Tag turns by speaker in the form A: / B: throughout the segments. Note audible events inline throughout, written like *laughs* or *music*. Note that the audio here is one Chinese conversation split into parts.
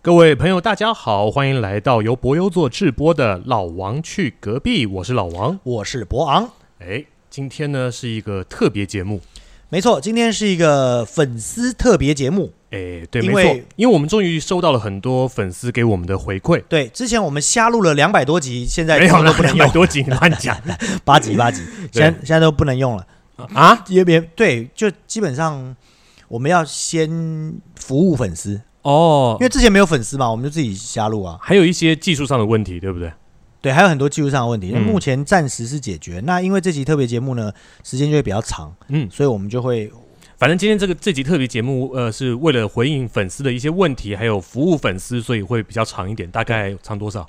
A: 各位朋友，大家好，欢迎来到由博优做直播的《老王去隔壁》，我是老王。
B: 我是博昂。
A: 哎，今天呢是一个特别节目。
B: 没错，今天是一个粉丝特别节目。
A: 哎，对，
B: 因
A: 没错
B: 为，
A: 因为我们终于收到了很多粉丝给我们的回馈。
B: 对，之前我们瞎录了两百多集，现在
A: 没有
B: 通
A: 了
B: 通都不，能
A: 两百
B: 用，
A: 多集，你乱
B: *laughs*
A: 讲
B: 八集八集，现在现在都不能用了，
A: 啊！
B: 也别对，就基本上我们要先服务粉丝，因
A: 哦，
B: 为之前没有粉丝嘛，我们就自己瞎录啊。
A: 还有一些技术上的问题，对不对？
B: 对，还有很多技术上的问题，那
A: 嗯
B: 目前暂时是解决。那因为这集特别节目呢，时间就会比较长，
A: 嗯，
B: 所以我们就会
A: 反正今天这个这集特别节目，呃，是为了回应粉丝的一些问题，还有服务粉丝，所以会比较长一点，大概长多少？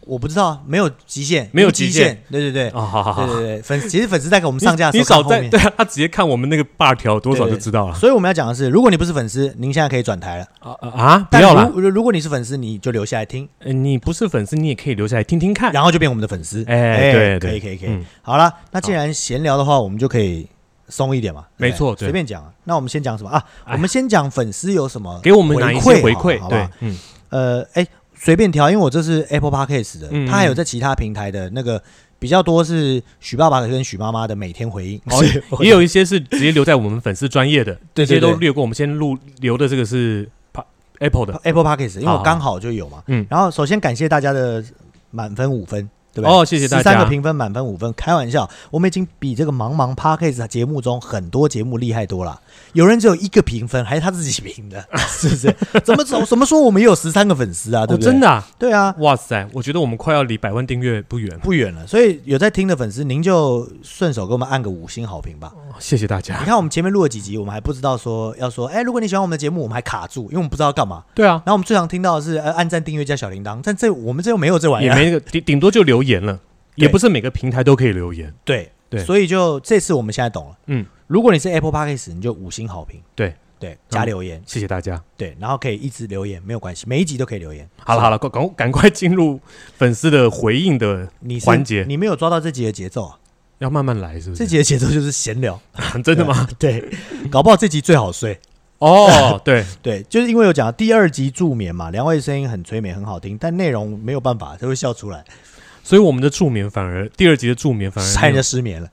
B: 我不知道没有极限，
A: 没有
B: 无
A: 极
B: 极
A: 限，
B: 对对对。
A: 啊，好好好
B: 对，对对，粉其实粉丝在给我们上架的
A: 你
B: 时
A: 你少
B: 候看后
A: 在
B: 面，
A: 对啊，他直接看我们那个霸条多少
B: 对
A: 就
B: 对
A: 知道了。
B: 所以我们要讲的是，如果你不是粉丝，您现在可以转台了。
A: 啊啊啊！不
B: 但
A: 要啦，
B: 如如果你是粉丝，你就留下来听，
A: 呃你不是粉丝，你也可以留下来听听看。
B: 然后就变我们的粉丝。
A: 啊哎对
B: 可
A: 对
B: 以可以可以。
A: 嗯
B: 好了，那既然闲聊的话，我们就可以松一点嘛。对不对
A: 没错对
B: 随便讲啊。那我们先讲什么啊？
A: 哎
B: 我们先讲粉丝有什么
A: 给我们哪一些回
B: 馈
A: 馈
B: 好？了？好
A: 对
B: 吧，
A: 嗯，
B: 呃，哎，随便挑，因为我这是 Apple Podcast 的
A: 嗯，
B: 它还有在其他平台的那个比较多是许爸爸跟许妈妈的每天回应，
A: 哦
B: 是
A: 也有一些是直接留在我们粉丝专业的，
B: *laughs* 对
A: 这些
B: 对对
A: 都略过。我们先录留的这个是 Pa- Apple 的
B: Apple Podcast，因为
A: 好
B: 我
A: 好
B: 刚好就有嘛。
A: 嗯
B: 然后首先感谢大家的满分五分，对吧？
A: 哦，谢谢大
B: 三个
A: 家。
B: 评分满分五分，开玩笑，我们已经比这个茫茫 Parkes 节目中很多节目厉害多了。有人只有一个评分，还是他自己评的， *laughs* 是不是？怎么怎么怎么说我们也有十三个粉丝啊，对
A: 哦，
B: 不对？
A: 真的啊，
B: 对啊，
A: 哇塞！我觉得我们快要离百万订阅不远了，
B: 不远了。所以有在听的粉丝，您就顺手给我们按个五星好评吧。
A: 哦谢谢大
B: 你
A: 家。
B: 看我们前面录了几集，我们还不知道说要说，哎，如果你喜欢我们的节目，我们还卡住，因为我们不知道干嘛。
A: 对啊，
B: 然后我们最常听到的是，呃，按赞、订阅加小铃铛，但这我们这又没有这玩意
A: 也
B: 儿，
A: 没那个顶顶多就留言了，也
B: 哎对
A: 不是每个平台都可以留言。
B: 对
A: 对
B: 所以就这次我们现在懂了。
A: 嗯，
B: 如果你是 Apple Podcast，你就五星好评，
A: 对
B: 对，加留言，
A: 谢谢大家。
B: 对，然后可以一直留言，没有关系，每一集都可以留言。
A: 好了好了，赶赶赶快进入粉丝的回应的
B: 你是
A: 环节，
B: 你没有抓到这集的节奏啊？
A: 要慢慢来，是不
B: 这
A: 是？
B: 集的节奏就是闲聊，
A: *laughs* 真的吗？
B: *laughs* 对，搞不好这集最好睡。
A: 哦，对，
B: 对，就是因为有讲第二集助眠嘛，两位声音很催眠，很好听，但内容没有办法，就会笑出来，
A: 所以我们的助眠反而第二集的助眠
B: *laughs*
A: 反而
B: 害
A: 没
B: 人家
A: 有
B: 失眠了。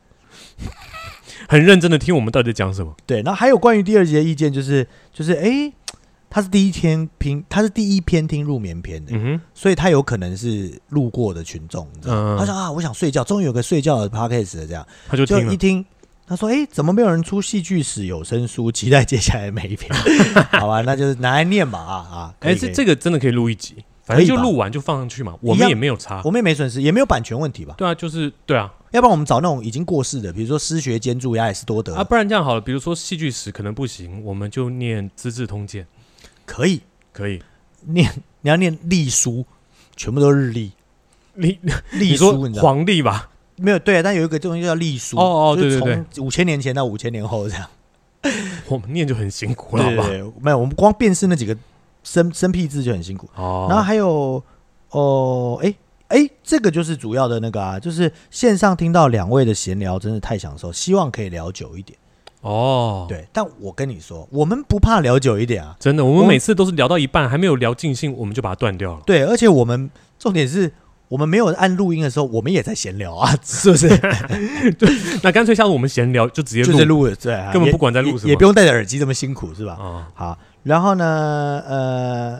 A: 很认真的听我们到底在讲什么。
B: 对，然后还有关于第二集的意见就是，就是哎，他是第一天听，他是第一篇听入眠篇的，
A: 嗯
B: 所以他有可能是路过的群众，你知道吗
A: 嗯
B: 他想啊，我想睡觉，终于有个睡觉的 podcast 了，这样
A: 哼，他就
B: 就
A: 听了
B: 一，听，他说，哎，怎么没有人出戏剧史有声书？期待接下来每一篇， *laughs* 好吧，那就是拿来念吧啊啊，可
A: 哎，
B: 以
A: 这
B: 可以
A: 这个真的可以录一集，反
B: 可
A: 正
B: 以
A: 就
B: 吧
A: 录完就放上去嘛，我
B: 一
A: 们
B: 样
A: 也没有差。
B: 我们也没损失，也没有版权问题吧？
A: 对啊，就是对啊，
B: 要不然我们找那种已经过世的，比如说失学兼著亚里士多德，
A: 啊，不然这样好了，比如说戏剧史可能不行，我们就念《资治通鉴》，
B: 可以
A: 可以。
B: 念，你要念隶书，全部都是日历，
A: 你
B: 隶
A: 你
B: 书
A: 说
B: 你知道吗？
A: 黄历吧？ *laughs*
B: 没有对，啊但有一个东西叫隶书，
A: 哦哦
B: 就是
A: 对对对
B: 从五千年前到五千年后这样。
A: 我们念就很辛苦了，好
B: 对
A: 不
B: 对
A: 好？
B: 对，没有，我们光辨识那几个生生僻字就很辛苦。
A: 哦，
B: 然后还有哦，哎、哎，这个就是主要的那个啊，就是线上听到两位的闲聊，真是太享受，希望可以聊久一点。
A: 哦，，
B: 对，但我跟你说，我们不怕聊久一点啊。
A: 真的，我们
B: 我
A: 每次都是聊到一半还没有聊尽兴，我们就把它断掉了。
B: 对，而且我们重点是我们没有按录音的时候，我们也在闲聊啊， *laughs*
A: *laughs*
B: 是不是？
A: 那干脆下次我们闲聊就直接
B: 就
A: 录
B: 是录了，对啊、
A: 根本
B: 也
A: 不管在录
B: 也
A: 什么
B: 也不用戴着耳机这么辛苦，是吧？
A: 啊，
B: 好，然后呢，呃，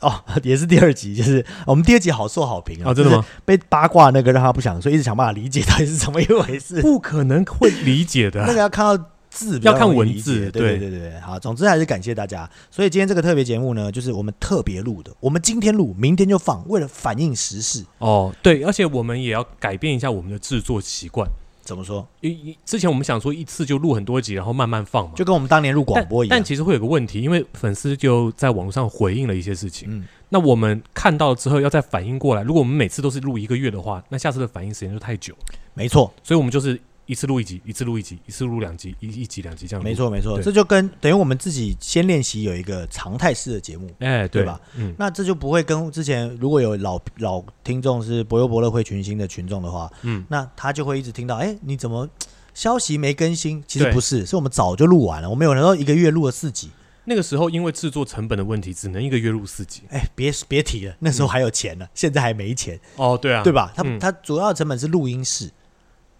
B: 哦， *laughs* 也是第二集，就是哦我们第二集好受好评啊，
A: 哦真的吗？
B: 被八卦那个让他不想睡，一直想办法理解到底是怎么一回事。
A: *laughs* 不可能会理解
B: 那
A: 的。
B: 个要看到字比较
A: 要看
B: 容易
A: 文
B: 理解
A: 字
B: 对
A: 对
B: 对对对。好，总之还是感谢大家。所以今天这个特别节目呢，就是我们特别录的，我们今天录，明天就放，为了反映时事。
A: 哦，对，而且我们也要改变一下我们的制作习惯。
B: 怎么说？
A: 因因之前我们想说一次就录很多集，然后慢慢放嘛。
B: 就跟我们当年录广播一
A: 但，
B: 样
A: 但，其实会有个问题，因为粉丝就在网络上回应了一些事情。
B: 嗯
A: 那我们看到之后要再反应过来，如果我们每次都是录一个月的话，那下次的反应时间就太久了。
B: 没错，
A: 所以我们就是一次录一集，一次录一集，一次录两集，一一集两集这样。
B: 没，错没错，
A: 嗯对
B: 这就跟等于我们自己先练习有一个常态式的节目，
A: 哎，
B: 对
A: 对
B: 吧？
A: 嗯，
B: 那这就不会跟之前如果有老老听众是博优博乐会群星的群众的话，
A: 嗯，
B: 那他就会一直听到，哎，你怎么消息没更新？其实
A: 对
B: 不是，是我们早就录完了，我们有人说一个月录了四集，
A: 那个时候因为制作成本的问题，只能一个月录四集。
B: 哎，别别提了，那时候还有钱呢，现在还没钱，
A: 哦，对啊，
B: 对吧？他、
A: 嗯
B: 他主要的成本是录音室，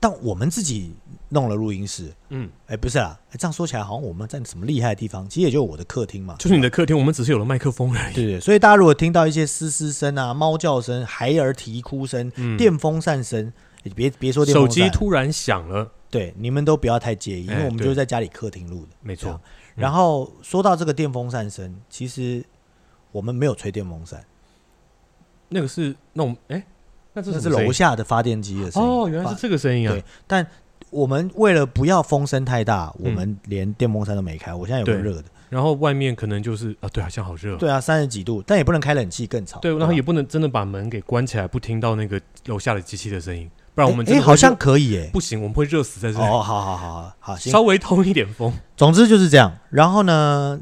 B: 但我们自己弄了录音室，
A: 嗯，
B: 哎，不是啦，哎这样说起来好像我们在什么厉害的地方，其实也就我的客厅嘛，
A: 就是你的客厅，我们只是有了麦克风而已。
B: 对对，所以大家如果听到一些嘶嘶声啊、猫叫声、孩儿啼哭声、
A: 嗯
B: 电风扇声，也别别说电
A: 手
B: 风
A: 机
B: 扇，
A: 突然响了，
B: 对你们都不要太介意，因为
A: 哎
B: 我们
A: 对
B: 就是在家里客厅录的。
A: 没
B: 这样
A: 错，嗯
B: 然后说到这个电风扇声，其实我们没有吹电风扇，
A: 那个是那种哎，那这
B: 这
A: 是
B: 是
A: 什么声音
B: 楼下的发电机的声音。
A: 哦，原来是
B: 啊
A: 这个声音啊
B: 对！但我们为了不要风声太大，我们连电风扇都没开。我现在有
A: 嗯
B: 个
A: 对
B: 热的，
A: 然后外面可能就是啊，对啊，现在好热。
B: 对啊，三十几度，但也不能开冷气，更吵。
A: 对，然后
B: 吧
A: 也不能真的把门给关起来，不听到那个楼下的机器的声音，不然我们
B: 哎
A: 真
B: 哎
A: 的
B: 好像
A: 会
B: 可以哎
A: 热。不行，我们会热死在这里。
B: 哦，好好好好好，行。
A: 稍微通一点风，
B: 总之就是这样。然后呢，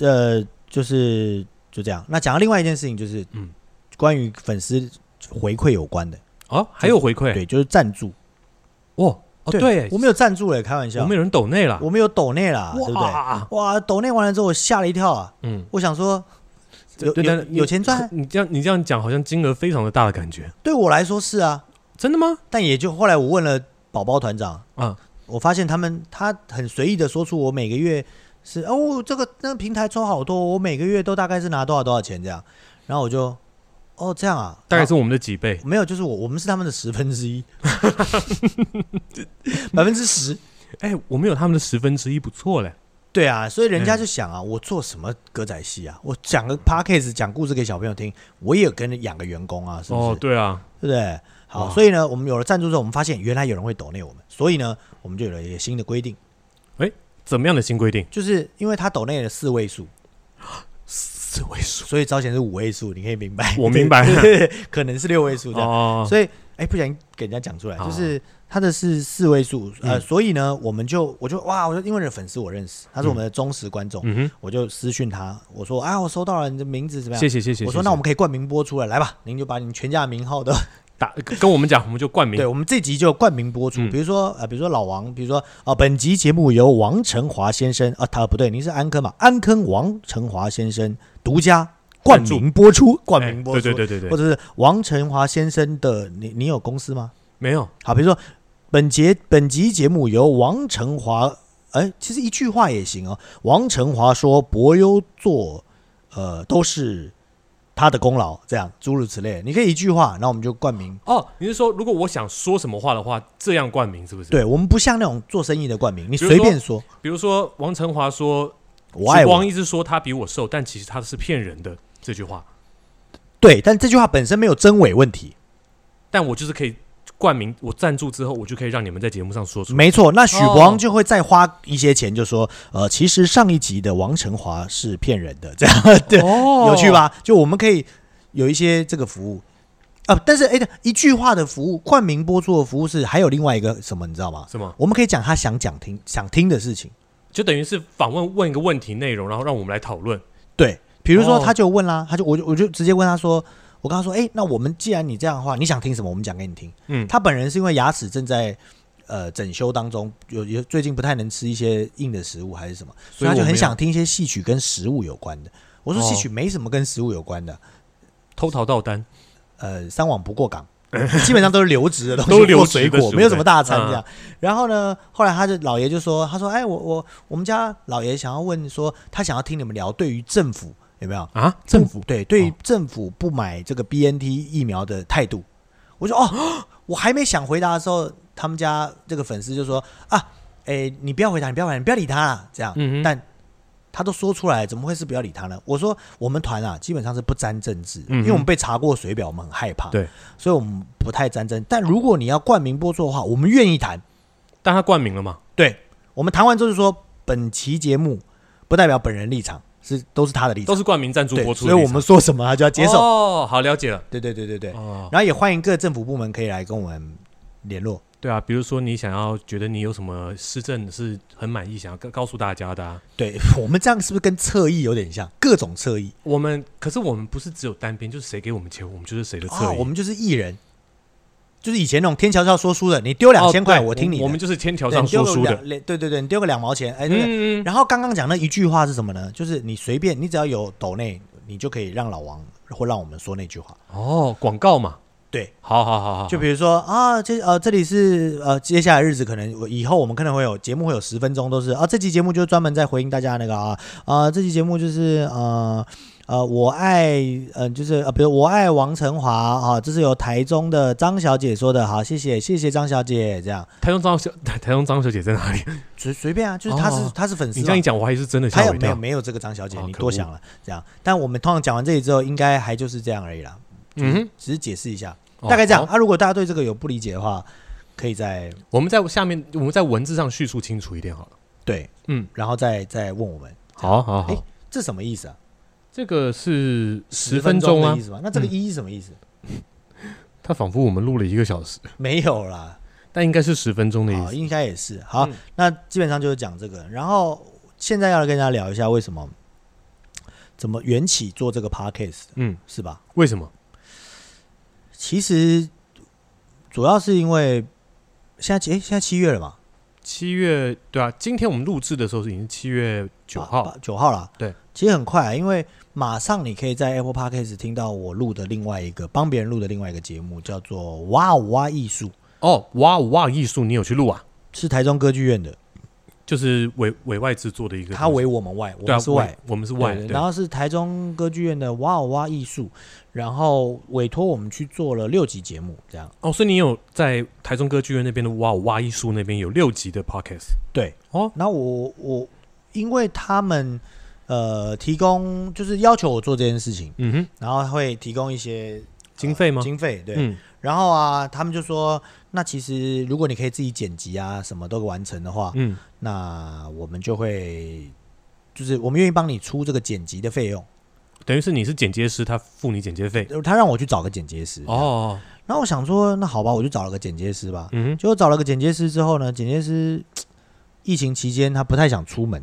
B: 呃，就是就这样。那讲到另外一件事情，就是嗯
A: 嗯，
B: 关于粉丝回馈有关的，
A: 哦，还有回馈，
B: 对，就是赞助。
A: 哇，哦，对，
B: 我们有赞助嘞，开玩笑，
A: 我们有人抖内啦，
B: 我们有抖内啦，对不对？
A: 哇，
B: 哇，抖内完了之后，我吓了一跳啊！
A: 嗯，
B: 我想说，有
A: 对
B: 有
A: 但
B: 有钱赚，
A: 你这样你这样讲，好像金额非常的大的感觉，
B: 对我来说是啊，
A: 真的吗？
B: 但也就后来我问了宝宝团长，
A: 啊，
B: 我发现他们他很随意的说出我每个月是哦，这个那个平台抽好多，我每个月都大概是拿多少多少钱这样，然后我就哦这样啊，
A: 大概
B: 然后
A: 是我们的几倍，
B: 没有，就是我我们是他们的十分之
A: *laughs*
B: 一，百分之十，
A: 哎，我们有他们的十分之一，不错嘞，
B: 对啊，所以人家就想
A: 嗯
B: 啊，我做什么歌仔戏啊，我讲个 p a c k a g e 讲故事给小朋友听，我也有跟着养个员工啊，是不是？
A: 哦，对啊，
B: 对不对？好，
A: 哇
B: 所以呢，我们有了赞助之后，我们发现原来有人会抖内我们，所以呢，我们就有了一个新的规定，
A: 怎么样的新规定？
B: 就是因为他抖内了四位数，
A: 四位数，
B: 所以招钱是五位数，你可以明白？
A: *laughs* 我明白
B: 对，可能是六位数这样。
A: 哦，
B: 所以，哎，不小心给人家讲出来，
A: 哦
B: 就是他的是四位数，呃，
A: 嗯
B: 所以呢，我们就我就哇，我说因为的粉丝我认识，他是我们的忠实观众，
A: 嗯
B: 我就私讯他，我说啊，我收到了你的名字怎
A: 哼，
B: 么样？
A: 谢谢谢谢，
B: 我
A: 谢
B: 说
A: 谢
B: 那我们可以冠名播出了，来吧，您就把您全家的名号都
A: 打跟我们讲，我们就冠名哎
B: 对，，我们这集就冠名播出，
A: 嗯
B: 比如说啊、呃比如说老王，比如说啊、本集节目由王成华先生啊，他不对，您是安坑嘛，安坑王成华先生独家冠名播出，冠
A: 哎
B: 名播出，
A: 对对对对
B: 或
A: 对，
B: 者是王成华先生的，你你有公司吗？
A: 没有，
B: 好，比如说本节本集节目由王成华，哎，其实一句话也行哦。王成华说博优做，呃，都是他的功劳，这样诸如此类，你可以一句话，那我们就冠名。
A: 哦，你是说如果我想说什么话的话，这样冠名是不是？，
B: 对我们不像那种做生意的冠名，你
A: 比如
B: 随便说，
A: 比如说王成华说，
B: 我爱
A: 时
B: 我
A: 光。一直说他比我瘦，但其实他是骗人的这句话，
B: 对，但这句话本身没有真伪问题，
A: 但我就是可以冠名，我赞助之后，我就可以让你们在节目上说出。
B: 没错。那许
A: 哦
B: 光就会再花一些钱，就说，呃，其实上一集的王成华是骗人的，这样对，
A: 哦
B: 有趣？吧？就我们可以有一些这个服务啊、但是哎，一句话的服务，冠名播出的服务是还有另外一个什么，你知道吗？
A: 什么？
B: 我们可以讲他想讲听想听的事情，
A: 就等于是访问问一个问题内容，然后让我们来讨论。
B: 对，比如说
A: 哦
B: 他就问啦，他就我就我就直接问他说，我跟他说，哎，那我们既然你这样的话，你想听什么，我们讲给你听。
A: 嗯，
B: 他本人是因为牙齿正在呃整修当中，有有最近不太能吃一些硬的食物还是什么，所以
A: 我
B: 他就
A: 们
B: 很
A: 要
B: 想听一些戏曲跟食物有关的。我说
A: 哦
B: 戏曲没什么跟食物有关的，
A: 偷逃到单。
B: 呃，三网不
A: *laughs*
B: 过岗，基本上都是流质的东西，
A: 都是流
B: 或
A: 质
B: 水
A: 的
B: 果，
A: 食物
B: 没有什么大餐这样。然后呢，后来他就老爷就说，他说，哎，我我我们家老爷想要问说，他想要听你们聊对于政府有没有
A: 啊，政府
B: 对对于
A: 哦
B: 政府不买这个 BNT 疫苗的态度，我说哦， *gasps* 我还没想回答的时候，他们家这个粉丝就说啊，哎，你不要回答，你不要回答，你不要理他啦，这样。
A: 嗯哼
B: 但他都说出来，怎么会是不要理他呢？我说我们团啊，基本上是不沾政治，
A: 嗯哼
B: 因为我们被查过水表，我们很害怕，
A: 对，
B: 所以我们不太沾政。但如果你要冠名播出的话，我们愿意谈。
A: 但他冠名了嘛？
B: 对，我们谈完之后就说，本期节目不代表本人立场，是都是他的立场
A: 都。是冠名赞助
B: 对
A: 播出
B: 所
A: 的
B: 以
A: 立场，
B: 我们说什么他就要接受。
A: 哦，好了解了。
B: 对对对对对，
A: 哦，
B: 然后也欢迎各政府部门可以来跟我们联络，
A: 对啊，比如说你想要觉得你有什么施政是很满意，想要告告诉大家的、啊。
B: 对 *laughs* 我们这样是不是跟侧翼有点像？各种侧翼
A: 我们可是我们不是只有单边，就是谁给我们钱，我们就是谁的
B: 啊，
A: 侧翼。
B: 我们就是艺人，就是以前那种天桥上说书的，你丢两千块，
A: 哦对
B: 我听你的。
A: 我们就是天桥
B: 对
A: 上
B: 你丢
A: 说
B: 个
A: 书的
B: 两，两对对对，你丢个两毛钱，哎，对
A: 嗯，
B: 然后刚刚讲那一句话是什么呢？就是你随便，你只要有抖内，你就可以让老王或让我们说那句话。
A: 哦，广告嘛，
B: 对，
A: 好好好好，
B: 就比如说啊，这呃这里是呃接下来日子可能我以后我们可能会有节目会有十分钟都是啊这期节目就是专门在回应大家那个啊啊这期节目就是呃呃我爱呃就是呃比如我爱王成华啊，这是由台中的张小姐说的，好谢谢谢谢张小姐这样
A: 台中张小台台中张小姐在
B: *laughs*
A: 哪里？
B: 随随便啊，就是她是、
A: 哦
B: 她是粉丝
A: 你
B: 嘛，
A: 这样一讲，我还是真的
B: 他
A: 吓
B: 有
A: 我一
B: 没有
A: 跳。
B: 没有这个张小姐
A: 啊？
B: 你
A: 可
B: 多
A: 恶
B: 想了，这样。但我们通常讲完这里之后，应该还就是这样而已啦，
A: 嗯哼，
B: 只是解释一下，
A: 哦
B: 大概这样。
A: 好
B: 啊，如果大家对这个有不理解的话，可以在
A: 我们在下面，我们在文字上叙述清楚一点好
B: 哎
A: 了。
B: 对，
A: 嗯，
B: 然后再再问我们
A: 好好
B: 哎
A: 好，
B: 这什么意思啊？
A: 这个是十分
B: 分
A: 钟
B: 的
A: 啊
B: 意，思吗？那这个
A: 嗯
B: 一是什么意思？
A: 它仿佛我们录了一个小时，
B: 没有啦，
A: 但应该是十分钟的意
B: 好，
A: 思。
B: 应该也是。好
A: 嗯，
B: 那基本上就是讲这个。然后现在要来跟大家聊一下为什么怎么缘起做这个 podcast
A: 嗯，
B: 是吧？
A: 为什么？
B: 其实主要是因为现在七诶现在七月了嘛，
A: 七月对啊，今天我们录制的时候是已经是七月九
B: 八
A: 号
B: 八，九号啦。
A: 对，
B: 其实很快、啊因为马上你可以在 Apple Podcast 听到我录的另外一个帮别人录的另外一个节目，叫做《哇哦哇艺术
A: 哦，哇哦哇艺术，你有去录啊？》，
B: 是台中歌剧院的，
A: 就是委委外制作的一个东西，
B: 它为我们外，我
A: 对啊
B: 们是外。，
A: 我们是
B: 对
A: 外，
B: 对
A: 对
B: 然后是台中歌剧院的哇哦哇艺术，然后委托我们去做了六集节目，这样
A: 哦，所以你有在台中歌剧院那边的哇哦哇艺术那边有六集的 podcast
B: 对。
A: 哦，
B: 那我我因为他们呃提供就是要求我做这件事情，
A: 嗯哼，
B: 然后会提供一些呃
A: 经费吗
B: 经费对，
A: 嗯
B: 然后啊，他们就说，那其实如果你可以自己剪辑啊，什么都完成的话，
A: 嗯，
B: 那我们就会，就是我们愿意帮你出这个剪辑的费用。
A: 等于是你是剪接师，他付你剪接费。
B: 他让我去找个剪接师，
A: 哦，
B: 然后我想说，那好吧，我就找了个剪接师吧。
A: 嗯哼，
B: 结果找了个剪接师之后呢，剪接师疫情期间他不太想出门，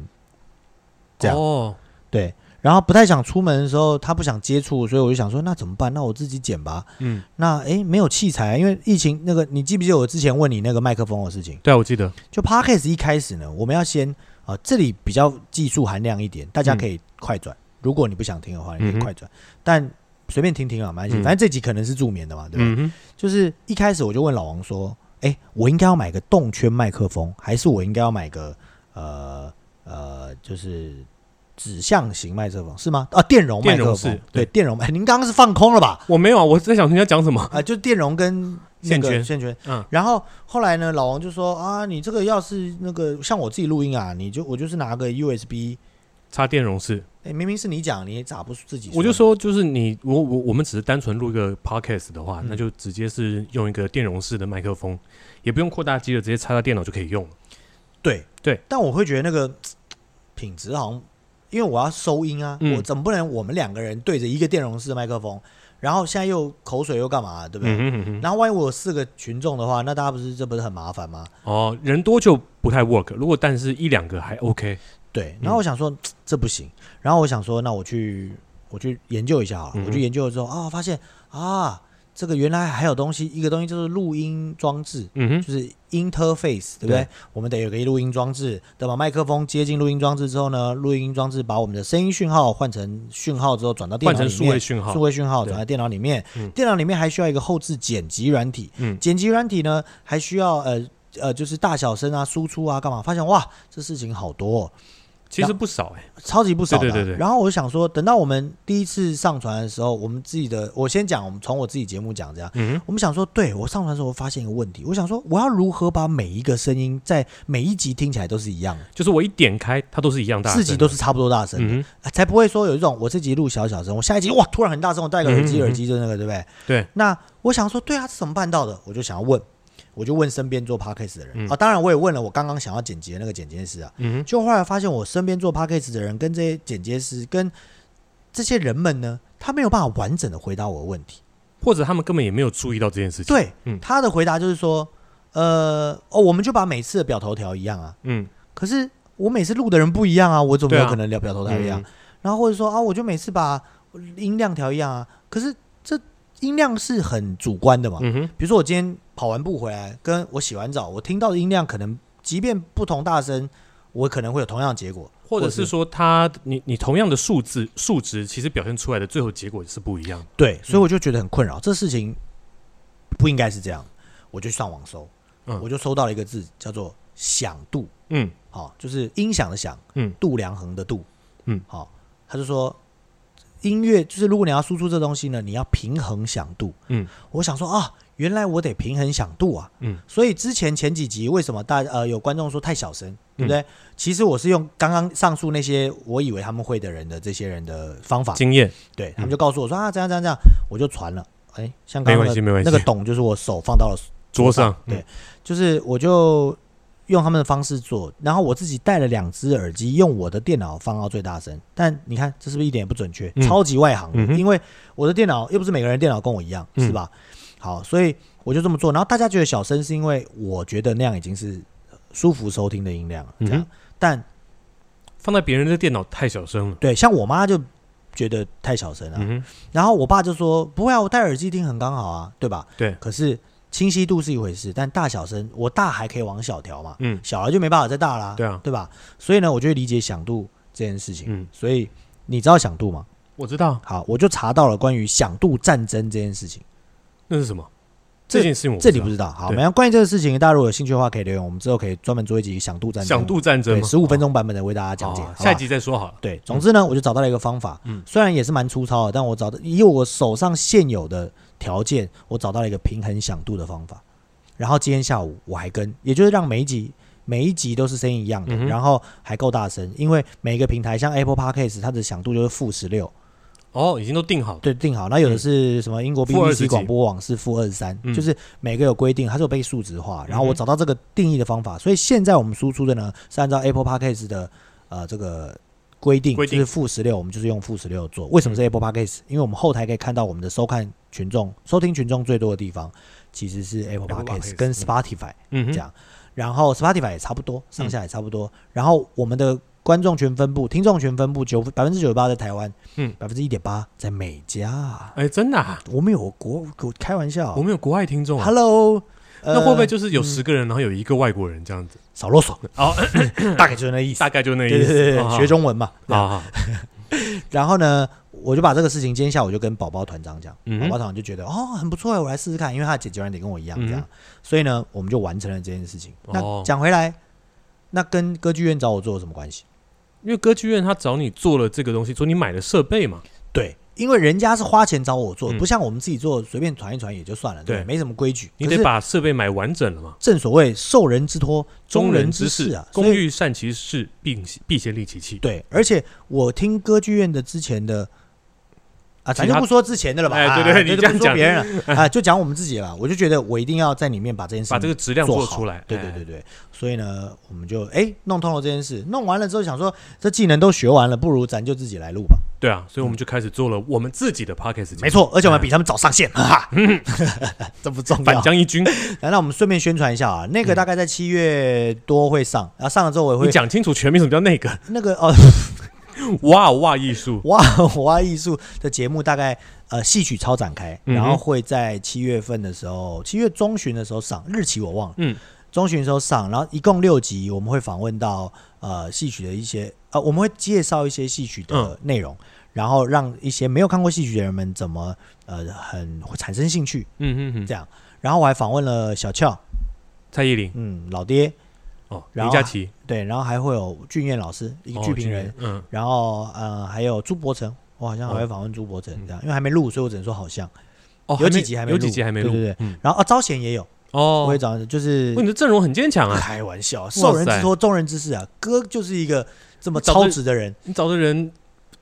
B: 这样
A: 哦，
B: 对，然后不太想出门的时候，他不想接触，所以我就想说，那怎么办？那我自己剪吧。
A: 嗯，
B: 那诶，没有器材啊，因为疫情那个，你记不记得我之前问你那个麦克风的事情？
A: 对啊，我记得，
B: 就 podcast 一开始呢，我们要先啊、这里比较技术含量一点，大家
A: 嗯
B: 可以快转。如果你不想听的话，你可
A: 嗯
B: 以
A: 哼
B: 快转，但随便听听啊，没关系。
A: 嗯
B: 反正这集可能是助眠的嘛，对吧？
A: 嗯哼，
B: 就是一开始我就问老王说：“哎、我应该要买个动圈麦克风，还是我应该要买个呃呃，就是指向型麦克风是吗？啊，电容麦
A: 电
B: 克
A: 容
B: 风
A: 式，
B: 对，
A: 对
B: 电容麦。哎您刚刚是放空了吧？
A: 我没有啊，我在想人家讲什么。
B: 啊，就电容跟那
A: 线
B: 个
A: 圈
B: 线圈，
A: 嗯
B: 然后后来呢，老王就说啊，你这个要是那个像我自己录音啊，你就我就是拿个 USB，
A: 插电容是，
B: 哎，明明是你讲，你也咋不自己？
A: 我就，说，就是你，我我我们只是单纯录一个 podcast 的话，
B: 嗯
A: 那就直接是用一个电容式的麦克风，也不用扩大机了，直接插到电脑就可以用了。
B: 对
A: 对，
B: 但我会觉得那个嘖品质好像，因为我要收音啊，
A: 嗯
B: 我总不能我们两个人对着一个电容式的麦克风，然后现在又口水又干嘛，对不对？
A: 嗯哼嗯哼。
B: 然后万一我有四个群众的话，那大家不是这不是很麻烦吗？
A: 哦，人多就不太 work，如果但是一两个还 OK。
B: 对，
A: 嗯
B: 然后我想说、嘖这不行，然后我想说那我去我去研究一下好了，
A: 嗯哼
B: 我去研究了之后啊，发现啊这个原来还有东西，一个东西就是录音装置，
A: 嗯哼，
B: 就是 interface，对不对？
A: 对
B: 我们得有个录音装置，等把麦克风接近录音装置之后呢，录音装置把我们的声音讯号换成讯号之后转到电
A: 换
B: 脑里
A: 成
B: 面，
A: 数位讯号
B: 数。位讯号
A: 对
B: 转到电脑里面，
A: 嗯
B: 电脑里面还需要一个后置剪辑软体，
A: 嗯
B: 剪辑软体呢还需要呃呃就是大小声啊、输出啊干嘛？发现哇，这事情好多、哦，
A: 其实不少哎、
B: 超级不少的。
A: 对
B: 啊
A: 对对对
B: 然后我就想说，等到我们第一次上传的时候，我们自己的，我先讲，我们从我自己节目讲这样。
A: 嗯哼，
B: 我们想说，对我上传的时候我发现一个问题，我想说我要如何把每一个声音在每一集听起来都是一样的，
A: 就是我一点开，它都是一样大声
B: 四
A: 的，
B: 集都是差不多大声的，
A: 嗯哼，
B: 啊才不会说有一种我这集录小小声，我下一集哇突然很大声，我戴个耳
A: 嗯
B: 机，
A: 嗯嗯
B: 耳机就那个对不对？
A: 对。
B: 那我想说，对啊，是怎么办到的？我就想要问，我就问身边做 podcast 的人、
A: 嗯
B: 啊，当然我也问了我刚刚想要剪辑的那个剪接师啊，
A: 嗯哼，
B: 就后来发现我身边做 podcast 的人跟这些剪接师跟这些人们呢，他没有办法完整的回答我的问题。
A: 或者他们根本也没有注意到这件事情。，
B: 对，
A: 嗯
B: 他的回答就是说呃，哦，我们就把每次的表头条一样啊，
A: 嗯，
B: 可是我每次录的人不一样啊，我怎么
A: 对啊
B: 有可能聊表头条一样？
A: 嗯
B: 然后或者说啊，我就每次把音量调一样啊，可是这音量是很主观的嘛。
A: 嗯哼，
B: 比如说我今天跑完步回来，跟我洗完澡，我听到的音量可能，即便不同大声，我可能会有同样的结果。
A: 或者
B: 或是
A: 是说它你你同样的数字数值，其实表现出来的最后结果是不一样的。
B: 对，所以我就觉得很困扰，这事情不应该是这样。我就上网搜，
A: 嗯
B: 我就搜到了一个字叫做“响度”，
A: 嗯
B: 好、就是音响的响，
A: 嗯，
B: 度量衡的度，
A: 嗯，
B: 好、他就说音乐就是如果你要输出这东西呢，你要平衡响度，
A: 嗯，
B: 我想说啊，原来我得平衡响度啊，
A: 嗯，
B: 所以之前前几集为什么大呃有观众说太小声，
A: 嗯
B: 对不对？其实我是用刚刚上述那些我以为他们会的人的这些人的方法，
A: 经验
B: 对他们就告诉我说啊怎样怎样怎样，我就传了，哎，像刚
A: 嗯没
B: 刚
A: 关系
B: 那
A: 没
B: 个
A: 关系
B: 那个懂就是我手放到了
A: 桌上，
B: 对，
A: 嗯
B: 就是我就用他们的方式做，然后我自己戴了两只耳机，用我的电脑放到最大声。但你看，这是不是一点也不准确？
A: 嗯
B: 超级外行的
A: 嗯哼
B: 因为我的电脑又不是每个人电脑跟我一样，
A: 嗯
B: 是吧？好，所以我就这么做。然后大家觉得小声，是因为我觉得那样已经是呃舒服收听的音量了，这样。
A: 嗯哼
B: 但
A: 放在别人的电脑太小声了。
B: 对，像我妈就觉得太小声了，
A: 嗯哼，
B: 然后我爸就说：“不会啊，我戴耳机听很刚好啊，对吧？”
A: 对
B: 可是清晰度是一回事，但大小声，我大还可以往小调嘛，
A: 嗯
B: 小了就没办法再大啦，
A: 对啊
B: 对吧？所以呢，我就会理解响度这件事情。
A: 嗯，
B: 所以你知道响度吗？
A: 我知道
B: 好，我就查到了关于响度战争这件事情，
A: 那是什么。
B: 这
A: 这件事情我
B: 这里不
A: 知
B: 知道。好，
A: 对
B: 没关系关于这个事情，大家如果有兴趣的话，可以留言，我们之后可以专门做一集响度战
A: 道
B: 争，
A: 响度战争
B: 对
A: 吗？哦
B: 十五分
A: 钟
B: 钟版本的为大家讲解。好不好
A: 下一集再说好了。
B: 对，总之呢，我就找到了一个方法，
A: 嗯
B: 虽然也是蛮粗糙的，但我找到以我手上现有的条件，我找到了一个平衡响度的方法。然后今天下午我还跟，也就是让每一集每一集都是声音一样的，
A: 嗯哼
B: 然后还够大声，因为每一个平台像 Apple Podcast 它的响度就是负十六，
A: 哦，已经都定好了。
B: 对，定好。那有的是什么英国
A: 嗯负二十
B: BBC
A: 几
B: 广播网是负二十三，
A: 嗯
B: 就是每个有规定，它是有被数值化。然后我
A: 嗯哼
B: 找到这个定义的方法，所以现在我们输出的呢是按照 Apple Podcast 的呃这个规定，
A: 规定嗯
B: 就是负十六，我们就是用负十六做。为什么是 Apple Podcast？因为我们后台可以看到我们的收看群众、收听群众最多的地方其实是 Apple
A: Apple
B: Podcast
A: Podcast，
B: 跟
A: 嗯
B: Spotify。
A: 嗯
B: 这
A: 哼，
B: 样。然后 Spotify 也差不多，上下也差不
A: 嗯
B: 多。然后我们的观众群分布、听众群分布九百分之九十八在台湾，
A: 嗯
B: 百分之一点八在美加。
A: 哎，真的啊，
B: 我们有国国开玩笑
A: 我们有国外听众啊。
B: ，Hello，
A: 那会不会
B: 呃
A: 就是有十个人，然后有一个外国人这样子？
B: 少啰嗦？
A: 哦， *laughs*
B: 大概就是那意思。
A: 大概就那
B: 对
A: 意
B: 嗯对对
A: 思。
B: 对对，学中文嘛。对
A: 啊，好
B: 然后呢，我就把这个事情今天下午就跟宝宝团长讲，
A: 嗯
B: 宝宝团长就觉得哦很不错哎，我来试试看，因为他的姐姐软体跟我一样这样，
A: 嗯
B: 所以呢，我们就完成了这件事情。
A: 哦
B: 那讲回来，那跟歌剧院找我做有什么关系？
A: 因为歌剧院他找你做了这个东西，说你买了设备嘛，
B: 对，因为人家是花钱找我做，
A: 嗯
B: 不像我们自己做随便传一传也就算了，对不对，
A: 对
B: 没什么规矩。
A: 你
B: 可
A: 得
B: 是
A: 把设备买完整了嘛。
B: 正所谓受人之托，忠
A: 人
B: 之
A: 事
B: 啊，
A: 工
B: 所以
A: 欲善其事，必必先利其器。
B: 对。而且我听歌剧院的之前的。啊，咱
A: 其
B: 就
A: 他
B: 不说之前的了吧，
A: 哎
B: 啊
A: 对对
B: 就
A: 你
B: 就
A: 这样
B: 不说
A: 讲
B: 别人
A: *laughs*
B: 了啊，就讲我们自己了。我就觉得我一定要在里面把这件事
A: 把这
B: 情
A: 个质量
B: 做
A: 做
B: 好
A: 出来。
B: 对对
A: 哎
B: 对，对，所以呢，我们就哎弄通了这件事，弄完了之后想说这技能都学完了，不如咱就自己来录吧。
A: 对啊，所以我们就开始做了我们自己的 podcast，节目
B: 嗯没，错，而且我们比他们早上线，
A: *laughs*
B: 哈哈，这不重要
A: 哎反。将一军。
B: 来，那我们顺便宣传一下啊，那个大概在七月多会上，然后上了之后我也
A: 你
B: 会
A: 讲清楚全名什么叫那个
B: 那个哦，
A: *laughs* 哇哇艺术，
B: 哇哇艺术的节目大概呃戏曲超展开，
A: 嗯哼
B: 然后会在七月份的时候，七月中旬的时候上，日期我忘了，
A: 嗯，
B: 中旬的时候上，然后一共六集，我们会访问到呃戏曲的一些呃，我们会介绍一些戏曲的
A: 嗯
B: 内容。然后让一些没有看过戏曲的人们怎么呃很会产生兴趣，
A: 嗯嗯嗯，
B: 这样。然后我还访问了小俏，
A: 蔡依林
B: 嗯，老爹，
A: 哦，
B: 然
A: 林
B: 后
A: 佳琪，
B: 对，然后还会有俊彦老师，一个
A: 哦
B: 剧评人，，
A: 俊嗯，
B: 然后呃还有朱伯成，我好像还会访问朱伯
A: 嗯
B: 成这样，因为还没录，所以我只能说好像。
A: 哦，
B: 有
A: 还
B: 几
A: 没
B: 集还没
A: 有
B: 录
A: 几集还没
B: 对
A: 录，
B: 对对
A: 嗯，
B: 然后啊，招贤也有，我
A: 哦
B: 会，找就是
A: 哇你的阵容很坚强啊，
B: *laughs* 开玩笑，受人之托，众人之事啊，哥就是一个这么超值的人，
A: 你找的人，